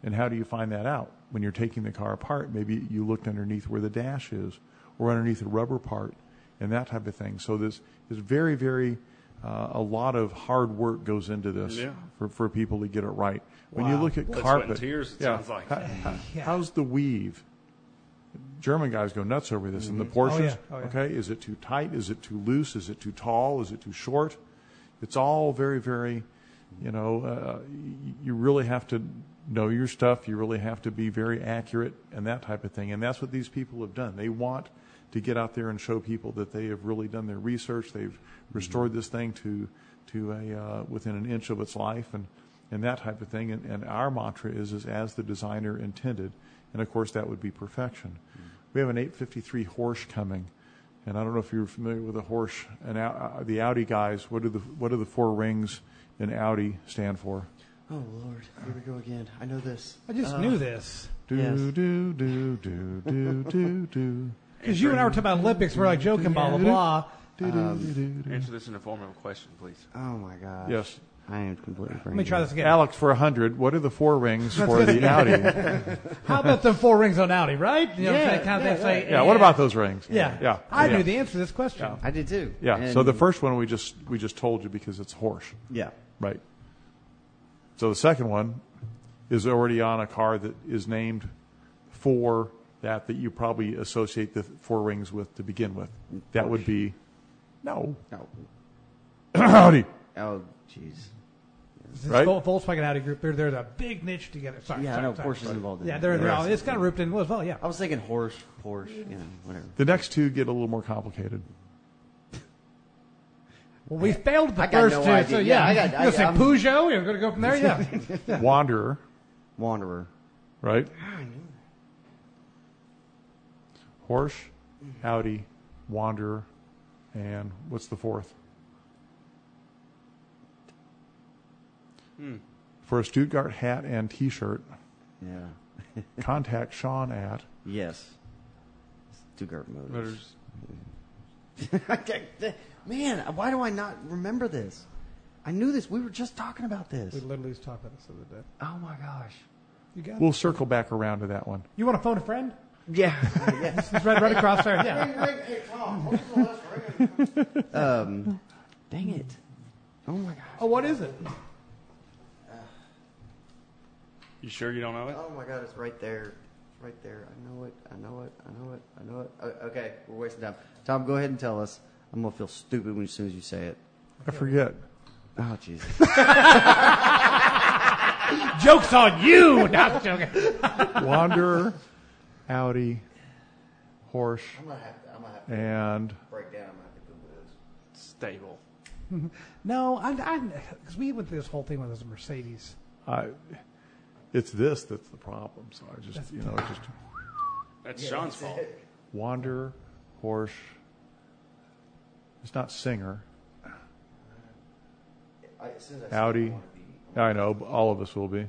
and how do you find that out? When you're taking the car apart, maybe you looked underneath where the dash is or underneath a rubber part and that type of thing. So this is very, very, uh, a lot of hard work goes into this Yeah. for, for people to get it right. When you Wow. look at Blood, sweat, and carpet, tears, it sounds like. how- how- Yeah. how's the weave? German guys go nuts over this. And the Porsches, yeah. Oh, yeah. okay, is it too tight? Is it too loose? Is it too tall? Is it too short? It's all very, very, you know, uh, y- you really have to know your stuff. You really have to be very accurate and that type of thing. And that's what these people have done. They want to get out there and show people that they have really done their research. They've restored this thing to to a uh, within an inch of its life and and that type of thing. And, and our mantra is is as the designer intended. And of course, that would be perfection. We have an 853 Horsch coming, and I don't know if you're familiar with the Horsch and Au- uh, the Audi guys. What do the what do the four rings in Audi stand for? Oh Lord, here we go again. I know this. Uh, I just Uh, knew this. Do Yes. do do do do do do. Because you and I were talking about Olympics, we're like joking, blah, blah, blah. Do, do, do, do, do. Answer this in the form of a question, please. Oh my gosh. Yes. I am completely. Let me try this again. Alex, for a hundred, what are the four rings for the Audi? How about the four rings on Audi, right? You Yeah, know what I'm saying? Kind of yeah, thing, say, Yeah, what about those rings? Yeah. yeah. I yeah. knew the answer to this question. I did too. Yeah. And- so the first one we just we just told you because it's Horsch, Yeah. right? So the second one is already on a car that is named for that that you probably associate the four rings with to begin with. That would be no No. Audi. Oh jeez. This Right. Vol- Volkswagen Audi group, they're, they're the big niche together. Sorry. Yeah, I sorry, know sorry. Porsche's involved in Oh, Yeah, it. they're, they're Yeah. all, it's kind of ripped in as well, yeah. I was thinking Horsch, Porsche, you know, whatever. The next two get a little more complicated. Well, we failed the I got first no two, idea. so Yeah, yeah. I got- I You're got- going to say Peugeot, you're going to go from there, yeah. Wanderer, Wanderer. right? Horsch, Mm-hmm. Audi, Wanderer, and what's the fourth? For a Stuttgart hat and T-shirt, Yeah. contact Sean at Yes. Stuttgart Motors. Motors. Okay, th- Man, why do I not remember this? I knew this. We were just talking about this. we literally just talked about this the other day. Oh my gosh. You got it. We'll circle back around to that one. You want to phone a friend? Yeah. It's right, right across there, yeah. um, dang it. Oh my gosh. Oh, what is it? You sure you don't know it? Oh my god, it's right there. It's right there. I know it. I know it. I know it. I know it. O- Okay, we're wasting time. Tom, go ahead and tell us. I'm going to feel stupid when, as soon as you say it. I forget. Oh, Jesus. Joke's on you! Not joking. Wanderer, Audi, Horsch, I'm going to have to, I'm gonna have to and break down. I'm going to have to Google this. Stable. No, I, because we went through this whole thing with this Mercedes. I, it's this that's the problem. So I just, you know, it just That's Sean's fault. Wander, Horsch. It's not singer. I, as soon as I say it, I Audi. wanna be- I know, but all of us will be.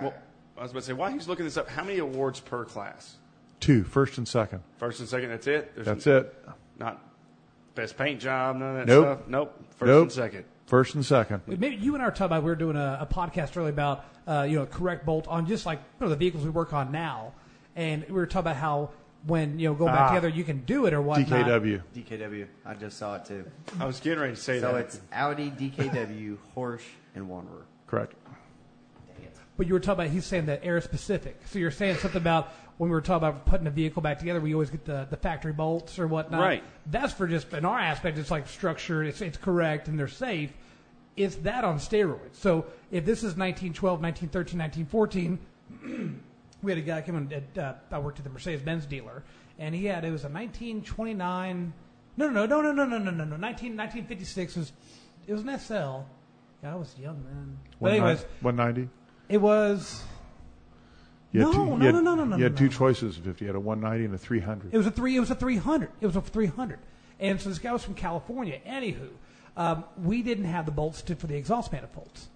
Well, I was about to say, while he's looking this up, how many awards per class? Two, first and second. First and second, that's it? There's That's it. Not best paint job, none of that Nope. stuff? Nope. First Nope. and second. First and second. Maybe you and I were talking about we were doing a, a podcast earlier about uh, you know correct bolt on just like you know, the vehicles we work on now, and we were talking about how when you know go back Ah. together you can do it or whatnot. DKW. DKW. I just saw it too. I was getting ready to say So that. it's Audi, DKW, Horsch, and Wanderer. Correct. But you were talking about he's saying that air specific. So you're saying something about when we were talking about putting a vehicle back together, we always get the, the factory bolts or whatnot. Right. That's for just in our aspect, it's like structured, it's it's correct, and they're safe. It's that on steroids. So if this is 1912, 1913, 1914. we had a guy come in. At, uh, I worked at the Mercedes Benz dealer, and he had it was a 1929. No, no, no, no, no, no, no, no, no. 19, 1956 was it was an SL. God, I was young then. But anyways, 190. it was You had No, two, no, you had, no, no, no, no, You had no, two no. choices of 50. You had a 190 and a it 300. was a three it was a three hundred it was a three hundred and so this guy was from California. Anywho, um, we didn't have the bolts to, for the exhaust manifolds,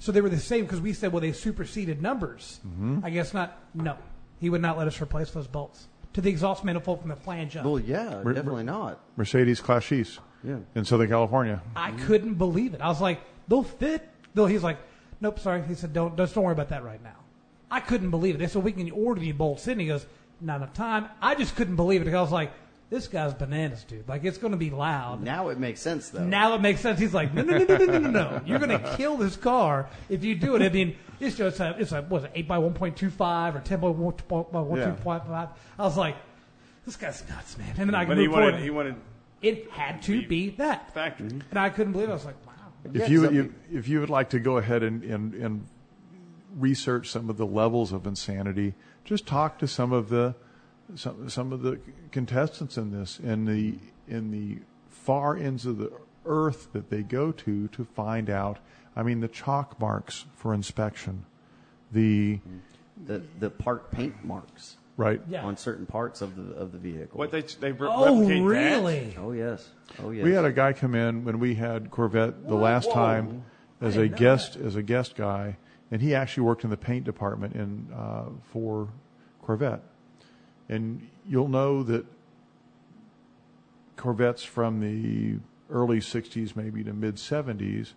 so they were the same because we said well they superseded numbers. I guess not. No, he would not let us replace those bolts to the exhaust manifold from the flange up. Well, yeah, We're- definitely not. Mercedes Clashis Yeah. in Southern California. I couldn't believe it. I was like, they'll fit. Though he's like, nope, sorry. He said, don't, just don't worry about that right now. I couldn't believe it. They said, we can order you bolts in. He goes, not enough time. I just couldn't believe it. I was like, this guy's bananas, dude. Like it's going to be loud. Now it makes sense though. Now it makes sense. He's like, no, no, no, no, no, no, no, no. You're going to kill this car if you do it. I mean, it's just a, it's a what's it, eight by one point two five or ten by one by Yeah. one two point five. I was like, this guy's nuts, man. And then I But could he move forward. wanted, he wanted it had to be that, factory. Mm-hmm. and I couldn't believe. it. I was like, wow. If you, you if you would like to go ahead and, and and research some of the levels of insanity, just talk to some of the some some of the contestants in this in the in the far ends of the earth that they go to to find out. I mean, the chalk marks for inspection, the the the part paint marks right. Yeah. on certain parts of the of the vehicle. What they they re- Oh, replicate that? really? oh yes. Oh yes. We had a guy come in when we had Corvette the last time as a didn't know guest as a guest guy, and he actually worked in the paint department in uh, for Corvette. And you'll know that Corvettes from the early '60s, maybe to mid '70s,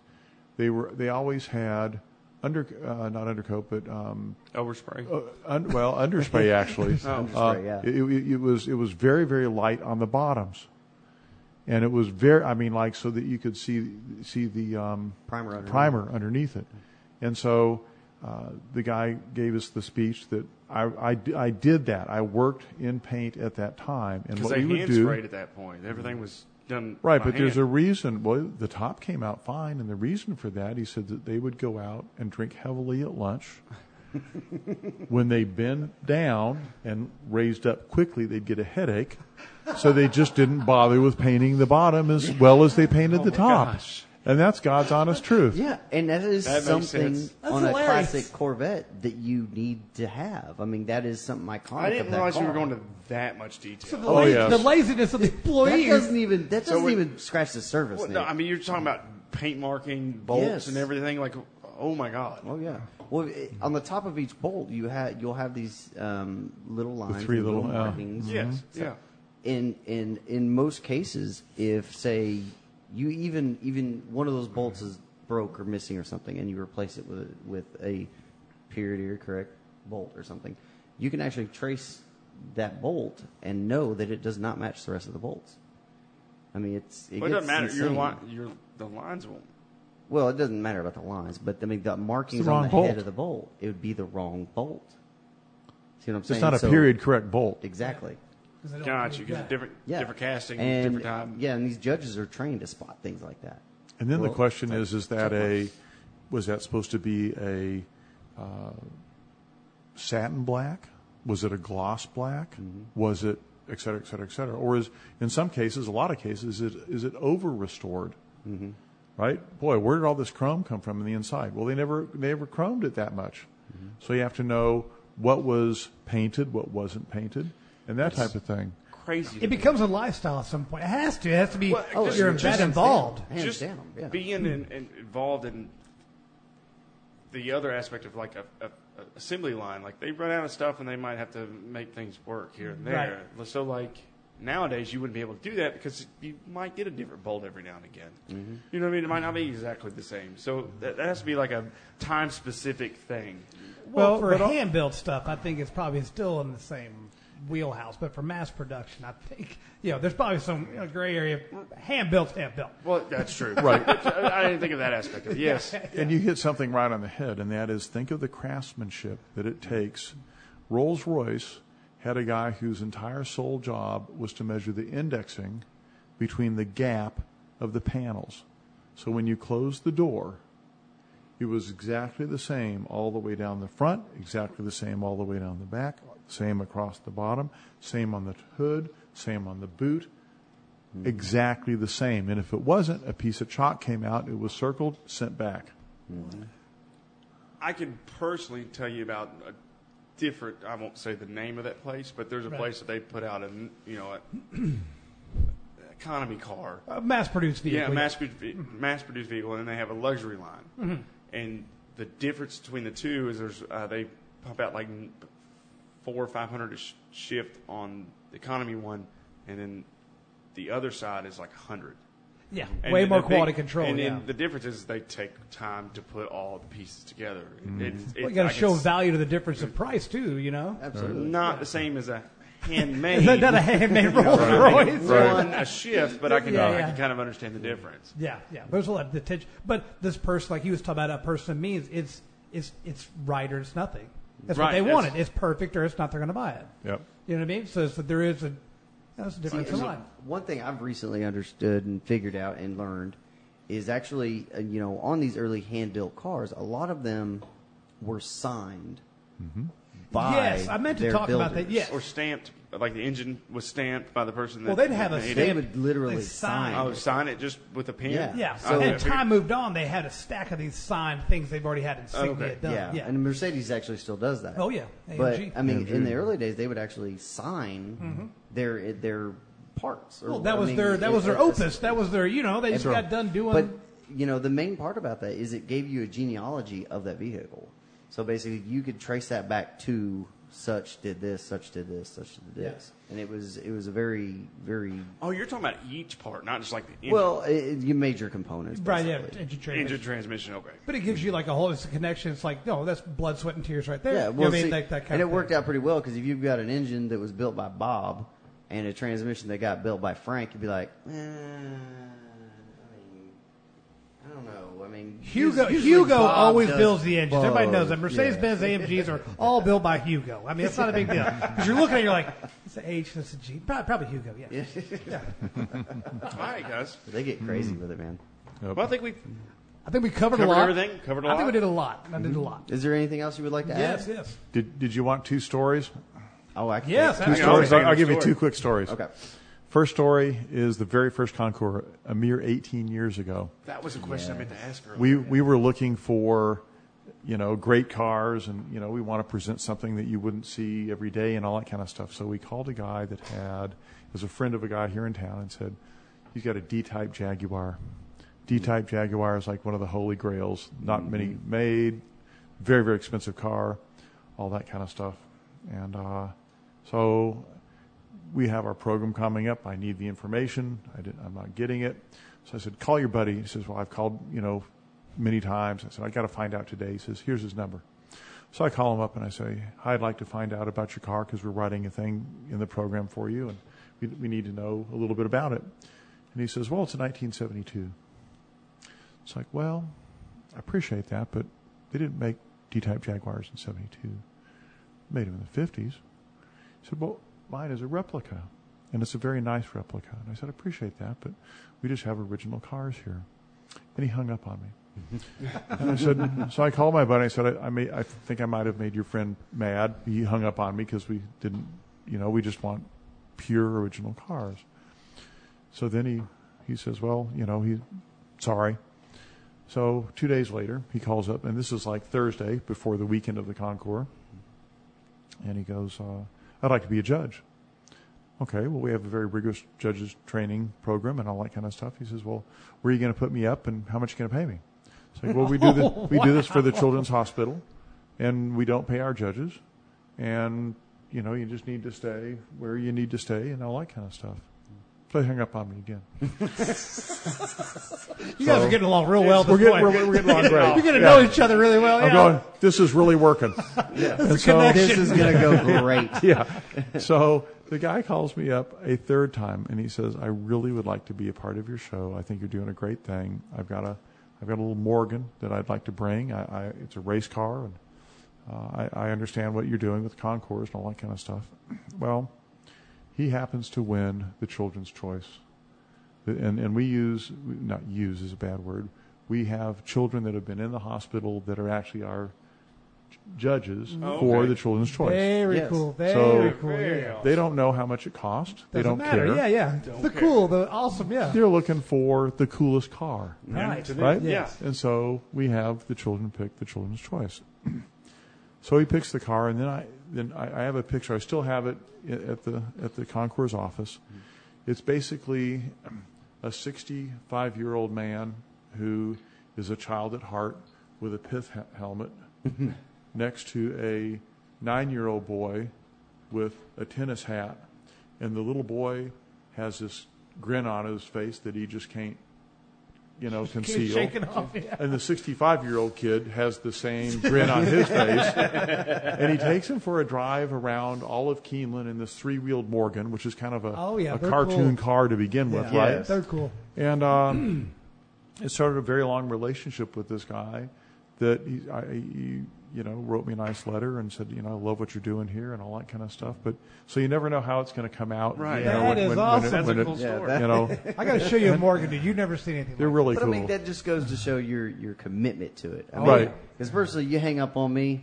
they were they always had under uh, not undercoat but um, Overspray. uh, un, well, underspray actually. Oh, Uh, Underspray, yeah. it, it- it was it was very very light on the bottoms, and it was very I mean like so that you could see see the um, Primer underneath. primer underneath it, and so uh, the guy gave us the speech that I, I d- I did that I worked in paint at that time and Because what they we would hand do sprayed at that point. Everything was done Right, by but there's a hand. reason. Well, the top came out fine, and the reason for that, he said that they would go out and drink heavily at lunch. when they bend down and raised up quickly, they'd get a headache. So they just didn't bother with painting the bottom as well as they painted the top. And that's God's honest truth. Oh Yeah, and that is That makes something sense. That's on a hilarious. classic Corvette that you need to have. I mean, that is something iconic. I didn't of that realize you were car. going to that much detail. The, la- yes. the laziness of the That employees. doesn't even that doesn't we- even scratch the surface. Well, Nate. no, I mean, you're talking about paint marking, bolts, Yes. and everything. Like, oh my god. Oh yeah. Well, it, on the top of each bolt, you had you'll have these um, little lines, three and little- yeah. markings. Yes. Yeah. In in in most cases, if say you even even one of those bolts is broke or missing or something, and you replace it with a, with a period or correct bolt or something, you can actually trace that bolt and know that it does not match the rest of the bolts. I mean, it's it, But it doesn't gets matter. Your insane. line, your the lines won't. Well, it doesn't matter about the lines, but I mean the markings wrong on the bolt. head of the bolt. It would be the wrong bolt. See what I'm saying? It's not a So- period correct bolt. Exactly. 'Cause they don't Gotcha. do Because that. different, Yeah. different casting, and, different time. Yeah, and these judges are trained to spot things like that. And then Well, the question is: Is that a checkmarks. was that supposed to be a uh, satin black? Was it a gloss black? Was it et cetera, et cetera, et cetera? Or is in some cases, a lot of cases, is it is it over restored? Right? Boy, where did all this chrome come from in the inside? Well, they never they never chromed it that much, so you have to know what was painted, what wasn't painted, and that type of thing. Crazy. to It me. becomes a lifestyle at some point. It has to. It has to be. Well, Oh, you're just- that just- involved. Hands just down, yeah. being in, in, involved in the other aspect of like a, a, a assembly line, like they run out of stuff and they might have to make things work here and there. So like nowadays, you wouldn't be able to do that because you might get a different bolt every now and again. You know what I mean? It might not be exactly the same. So that, that has to be like a time specific thing. Well, Well, for but al- hand built stuff, I think it's probably still in the same wheelhouse. But for mass production, I think you know there's probably some you know, gray area. Hand built, hand built. Well, that's true. right. I, I didn't think of that aspect of it. Yes. And you hit something right on the head, and that is think of the craftsmanship that it takes. Rolls Royce had a guy whose entire sole job was to measure the indexing between the gap of the panels. So when you closed the door, it was exactly the same all the way down the front, exactly the same all the way down the back, same across the bottom, same on the hood, same on the boot, exactly the same. And if it wasn't, a piece of chalk came out, it was circled, sent back. I can personally tell you about a different. I won't say the name of that place, but there's a place that they put out a you know a economy car. A mass produced vehicle. Yeah, mass mass produced vehicle, and then they have a luxury line. And the difference between the two is there's uh, they pump out like n- four or five hundred a sh- shift on the economy one, and then the other side is like hundred. Yeah, And way the more big- quality control. And yeah. then the difference is they take time to put all the pieces together. Mm-hmm. It- it's- well, it- you got I to can show s- value to the difference of price too. You know. Absolutely. Not the same as a handmade. Is that not a handmade Rolls Right. Royce? Run a shift, but I can Yeah, I yeah. can kind of understand the difference. Yeah, yeah. There's a lot of detention, but this person, like he was talking about, a person means it's it's it's right or it's nothing. That's what Right, they that's- wanted. It's perfect or it's not. They're going to buy it. Yep. You know what I mean? So, so there is a that's a difference in See, life. One thing I've recently understood and figured out and learned is actually, uh, you know, on these early hand built cars, a lot of them were signed by Mm-hmm. Yes, I meant to their talk about builders. that. Yes. Or stamped, like the engine was stamped by the person. Well, That, they'd have that a made it. They stamp. would literally They signed. sign. Oh, sign it just with a pen. Yeah. Yeah. So- I and time moved on. They had a stack of these signed things they've already had insignia Okay. done. yeah. yeah. and Mercedes actually still does that. Oh, yeah. but AMG. I mean, in the early days, they would actually sign their their parts. Or, Mm-hmm. well, that I was mean, their that it- was their it- opus. That was their you know they just Sure. got done doing. But you know, the main part about that is it gave you a genealogy of that vehicle. So basically, you could trace that back to such did this, such did this, such did this, and it was it was a very very Oh, you're talking about each part, not just like the engine. well it, it- you major components. right, yeah, basically. engine training. engine transmission. Okay. But it gives you like a whole it's a connection. It's like no, that's blood, sweat, and tears right there. Yeah, You know well, what I mean see, Like that kind and of it worked thing. out pretty well because if you've got an engine that was built by Bob and a transmission that got built by Frank, you'd be like, eh, I mean, I don't know. I mean, Hugo usually Hugo Bob always does builds the engines. Everybody both. knows that Mercedes Benz AMGs are all built by Hugo. I mean, it's not a big deal because you're looking at it, you're like it's an H, it's a G, probably, probably Hugo. Yeah. yeah. All right, guys. They get crazy with it, man. Well, I think we I think we covered, a Covered lot. everything? Covered a I think lot? we did a lot. I did a lot. Is there anything else you would like Mm-hmm. to Yes, add? yes, Did Did you want two stories? Oh, I can yes. Two absolutely. stories. Stories, I'll, I'll Favorite give you story. two quick stories. Okay. First story is the very first Concours, a mere 18 years ago. that was a question I meant to ask earlier. We we were looking for, you know, great cars, and you know, we want to present something that you wouldn't see every day and all that kind of stuff. So we called a guy that had was a friend of a guy here in town and said, he's got a D-type Jaguar. D-type Jaguar is like one of the holy grails. Not many made. Very very expensive car, all that kind of stuff, and uh, so we have our program coming up. I need the information. I did, I'm not getting it. So I said, call your buddy. He says, well, I've called, you know, many times. I said, I got to find out today. He says, here's his number. So I call him up and I say, hi, I'd like to find out about your car because we're writing a thing in the program for you and we, we need to know a little bit about it. And he says, well, it's a 1972. It's like, well, I appreciate that, but they didn't make D-type Jaguars in 72. Made them in the 50s. He said, Well, mine is a replica, and it's a very nice replica. And I said, I appreciate that, but we just have original cars here. And he hung up on me. and I said, So I called my buddy. I said, I, I, may, I think I might have made your friend mad. He hung up on me because we didn't, you know, we just want pure original cars. So then he, he says, Well, you know, he, sorry. So two days later, he calls up, and this is like Thursday before the weekend of the Concours. And he goes, uh, I'd like to be a judge. Okay, well, we have a very rigorous judges training program and all that kind of stuff. He says, Well, where are you going to put me up and how much you going to pay me? It's like, Well, we do, the, we do this for the Children's Hospital and we don't pay our judges. And, you know, you just need to stay where you need to stay and all that kind of stuff. So they hung up on me again. You guys are getting along real well. at We're this getting, point. we're, we're getting along great. You're going to Yeah. know each other really well. I'm Oh, yeah. going, This is really working. It's a so- connection. This is going to go great. yeah. So the guy calls me up a third time and he says, "I really would like to be a part of your show. I think you're doing a great thing. I've got a, I've got a little Morgan that I'd like to bring. I, I it's a race car, and uh, I, I understand what you're doing with concours and all that kind of stuff." Well, he happens to win the Children's Choice and and we use not use is a bad word. We have children that have been in the hospital that are actually our j- judges for the Children's Choice. Very Yes. cool. Very So- cool. Yeah. yeah. They don't know how much it cost. they Doesn't don't matter. Yeah, care. yeah. the cool, the awesome, yeah. They're looking for the coolest car, Right. right? Yes. And so we have the children pick the children's choice. so he picks the car, and then I then I, I have a picture. I still have it i- at the at the Concours office. It's basically a 65 year old man who is a child at heart with a pith he- helmet next to a nine year old boy with a tennis hat. And the little boy has this grin on his face that he just can't you know, He's conceal. shaking off. Yeah. And the 65 year old kid has the same grin on his face. and he takes him for a drive around all of Keeneland in this three wheeled Morgan, which is kind of a, Oh, yeah, a they're cartoon cool. car to begin with, Yeah, right? They're cool. And um, it started a very long relationship with this guy that he, I, he, you know, wrote me a nice letter and said, you know, I love what you're doing here and all that kind of stuff. But so you never know how it's going to come out. Right. You know, That when, is when, awesome. When it, That's when a it, cool story. You know, I got to show you a Morgan, dude. You've never seen anything they're like really But cool. I mean, that just goes to show your your commitment to it. I mean, Right. Because personally, you hang up on me,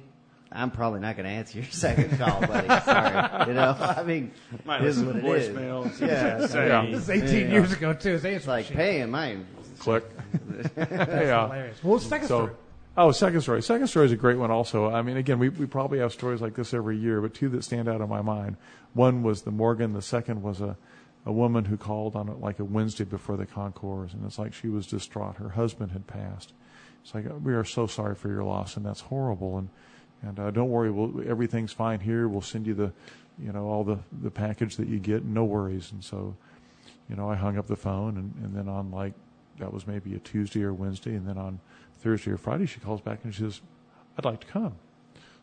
I'm probably not going to answer your second call, buddy. Sorry. You know, I mean, Might it is listen what to it is. voicemail, see Yeah. what they Yeah. say. that. This is 18 years ago, too. His It's answer like, machine. pay him. I ain't Click. yeah. Hilarious. Well, second So, story. oh, second story. Second story is a great one. Also, I mean, again, we we probably have stories like this every year, but two that stand out in my mind. One was the Morgan. The second was a a woman who called on like a Wednesday before the concourse, and it's like she was distraught. Her husband had passed. It's like we are so sorry for your loss, and that's horrible. And and uh, don't worry, we'll, everything's fine here. We'll send you the, you know, all the the package that you get. No worries. And so, you know, I hung up the phone and, and then on like that was maybe a Tuesday or Wednesday and then on Thursday or Friday she calls back and she says, I'd like to come.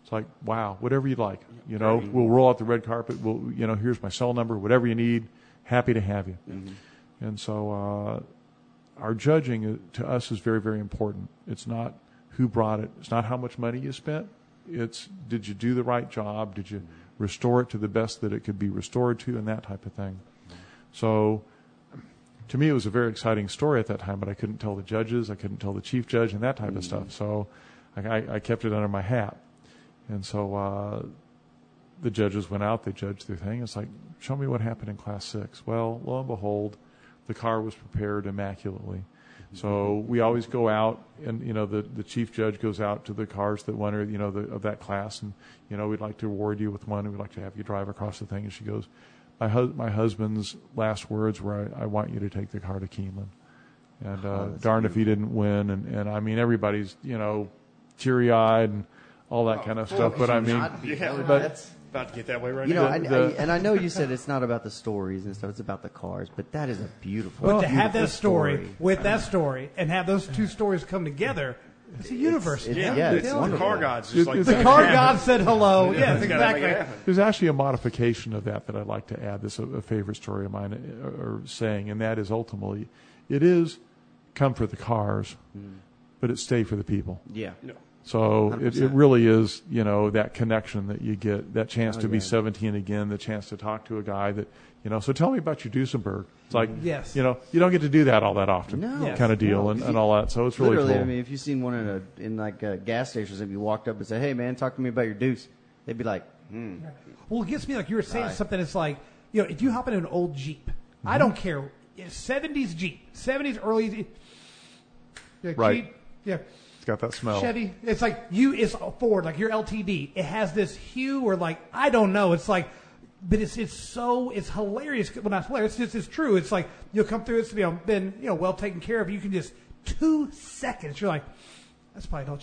It's like, wow, whatever you'd like. You know, we'll roll out the red carpet, we'll you know, here's my cell number, whatever you need, happy to have you. And so uh our judging uh, to us is very, very important. It's not who brought it. It's not how much money you spent. It's did you do the right job? Did you restore it to the best that it could be restored to, and that type of thing. So, to me, it was a very exciting story at that time, but I couldn't tell the judges, I couldn't tell the chief judge, and that type of stuff. So, I- I, I kept it under my hat. And so, uh, the judges went out, they judged their thing. It's like, show me what happened in class six. Well, lo and behold, the car was prepared immaculately. So we always go out, and you know the, the chief judge goes out to the cars that won, or you know the, of that class, and you know we'd like to award you with one, and we'd like to have you drive across the thing. And she goes, my hus- my husband's last words were, I, I want you to take the car to Keeneland, and uh, darn if he didn't win, and, and I mean everybody's you know teary eyed and all that kind of stuff. But I mean, Yeah, but but- that's About to get that way right you know, now. I, I- the- and I know you said it's not about the stories and stuff; it's about the cars. But that is a beautiful. But to have beautiful that story, with that story and have those two stories come together, it's a universe. it's- yeah, yeah, it's, it's the wonderful. car gods. Just It's- like it's the that. car Yeah. god said hello. Yeah, yes, they gotta make it exactly. happen. There's actually a modification of that that I'd like to add. This a, a favorite story of mine uh, or saying, and that is ultimately, it is come for the cars, Hmm. but it's stay for the people. yeah, So it, 100%. it really is, you know, that connection that you get, that chance to be 17 again, the chance to talk to a guy that, you know. So tell me about your Duesenberg. It's like, Yes. you know, you don't get to do that all that often, Hmm. No. Yes. kind of deal, No. and, and all that. So it's really literally. cool. I mean, if you've seen one in a in like a gas stations, if you walked up and said, "Hey, man, talk to me about your deuce," they'd be like, hmm. Well, it gets me like you were saying something. It's like you know, if you hop in an old Jeep, Mm-hmm. I don't care, seventies Jeep, seventies early, yeah, Right. Jeep, yeah, it's got that smell. Chevy. It's like you, it's Ford, like your LTD. It has this hue, or like I don't know. It's like, but it's it's so it's hilarious. Well, not hilarious. It's just it's true. It's like you'll come through. It's you know been you know well taken care of. You can just two seconds. You're like, that's probably an old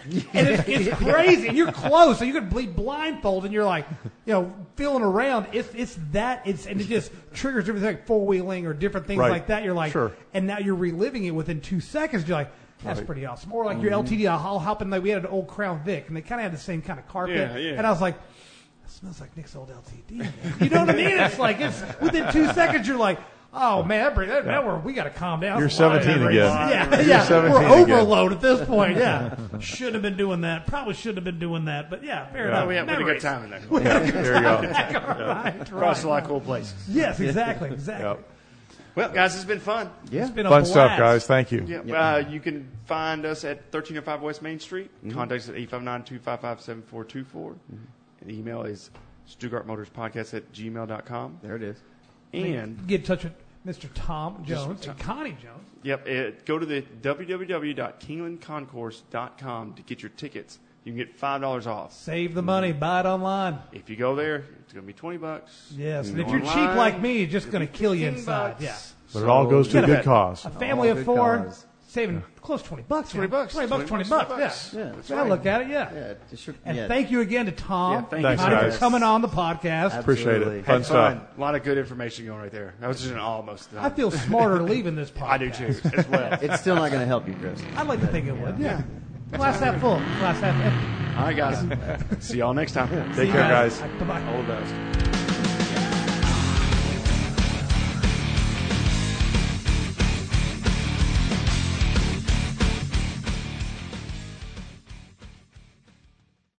Cherokee. and it's, it's crazy, and you're close, so you could be blindfolded, and you're like, you know, feeling around. It's it's that it's and it just triggers everything like four wheeling or different things Right. like that. You're like, Sure. and now you're reliving it within two seconds. You're like, that's Right. Mm-hmm. pretty awesome. Or like your LTD, I'll hop in. Like we had an old Crown Vic, and they kind of had the same kind of carpet. Yeah, yeah. And I was like, that smells like Nick's old LTD. man." You know what I mean? It's like it's within two seconds. You're like, oh man, that, bring- that, now we're, we got to calm down. You're That's a lot of 17 memories. again. Yeah, yeah. 17 We're again. overload at this point. Yeah, shouldn't have been doing that. Probably shouldn't have been doing that. But yeah, fair enough. We had Oh, we had a good Memories. time in that car. There you go. Right, Across a right. lot of cool places. Yes, exactly, exactly. Yep. Well, guys, it's been fun. Yeah. It's been a Fun stuff, blast. guys. Thank you. Yeah, uh, you can find us at 1305 West Main Street. Contact us at 859-255-7424. And email is stugartmotorspodcast at gmail.com. There it is. And, Get in touch with Mr. Tom Jones and Connie Jones. yep, it, go to the www.kinglandconcourse.com to get your tickets. You can get $5 off. Save the money, buy it online. If you go there, it's going to be 20 bucks. Yes, and if Online, you're cheap like me, it's just going to kill you 15 inside. bucks. Yeah, But it all goes to a Gotta good bet. cause. a family all of good four, cause. saving close to 20 bucks. 20 man. bucks. 20 bucks, 20 bucks. Yeah. Yeah, That's that's how I right. look at it, yeah. Yeah, it should, And yeah, thank you again to Tom Yeah, thank you Connie, guys. for coming on the podcast. absolutely. Appreciate it. Had Fun stuff. A lot of good information going right there. I was just in awe most of the I time. feel smarter leaving this podcast. I do too, as well. It's still not going to help you, Chris. I'd like to think it would, yeah. Glass half full, glass half empty. All right, guys. See y'all next time. Take See care, you guys. Bye-bye. All the best.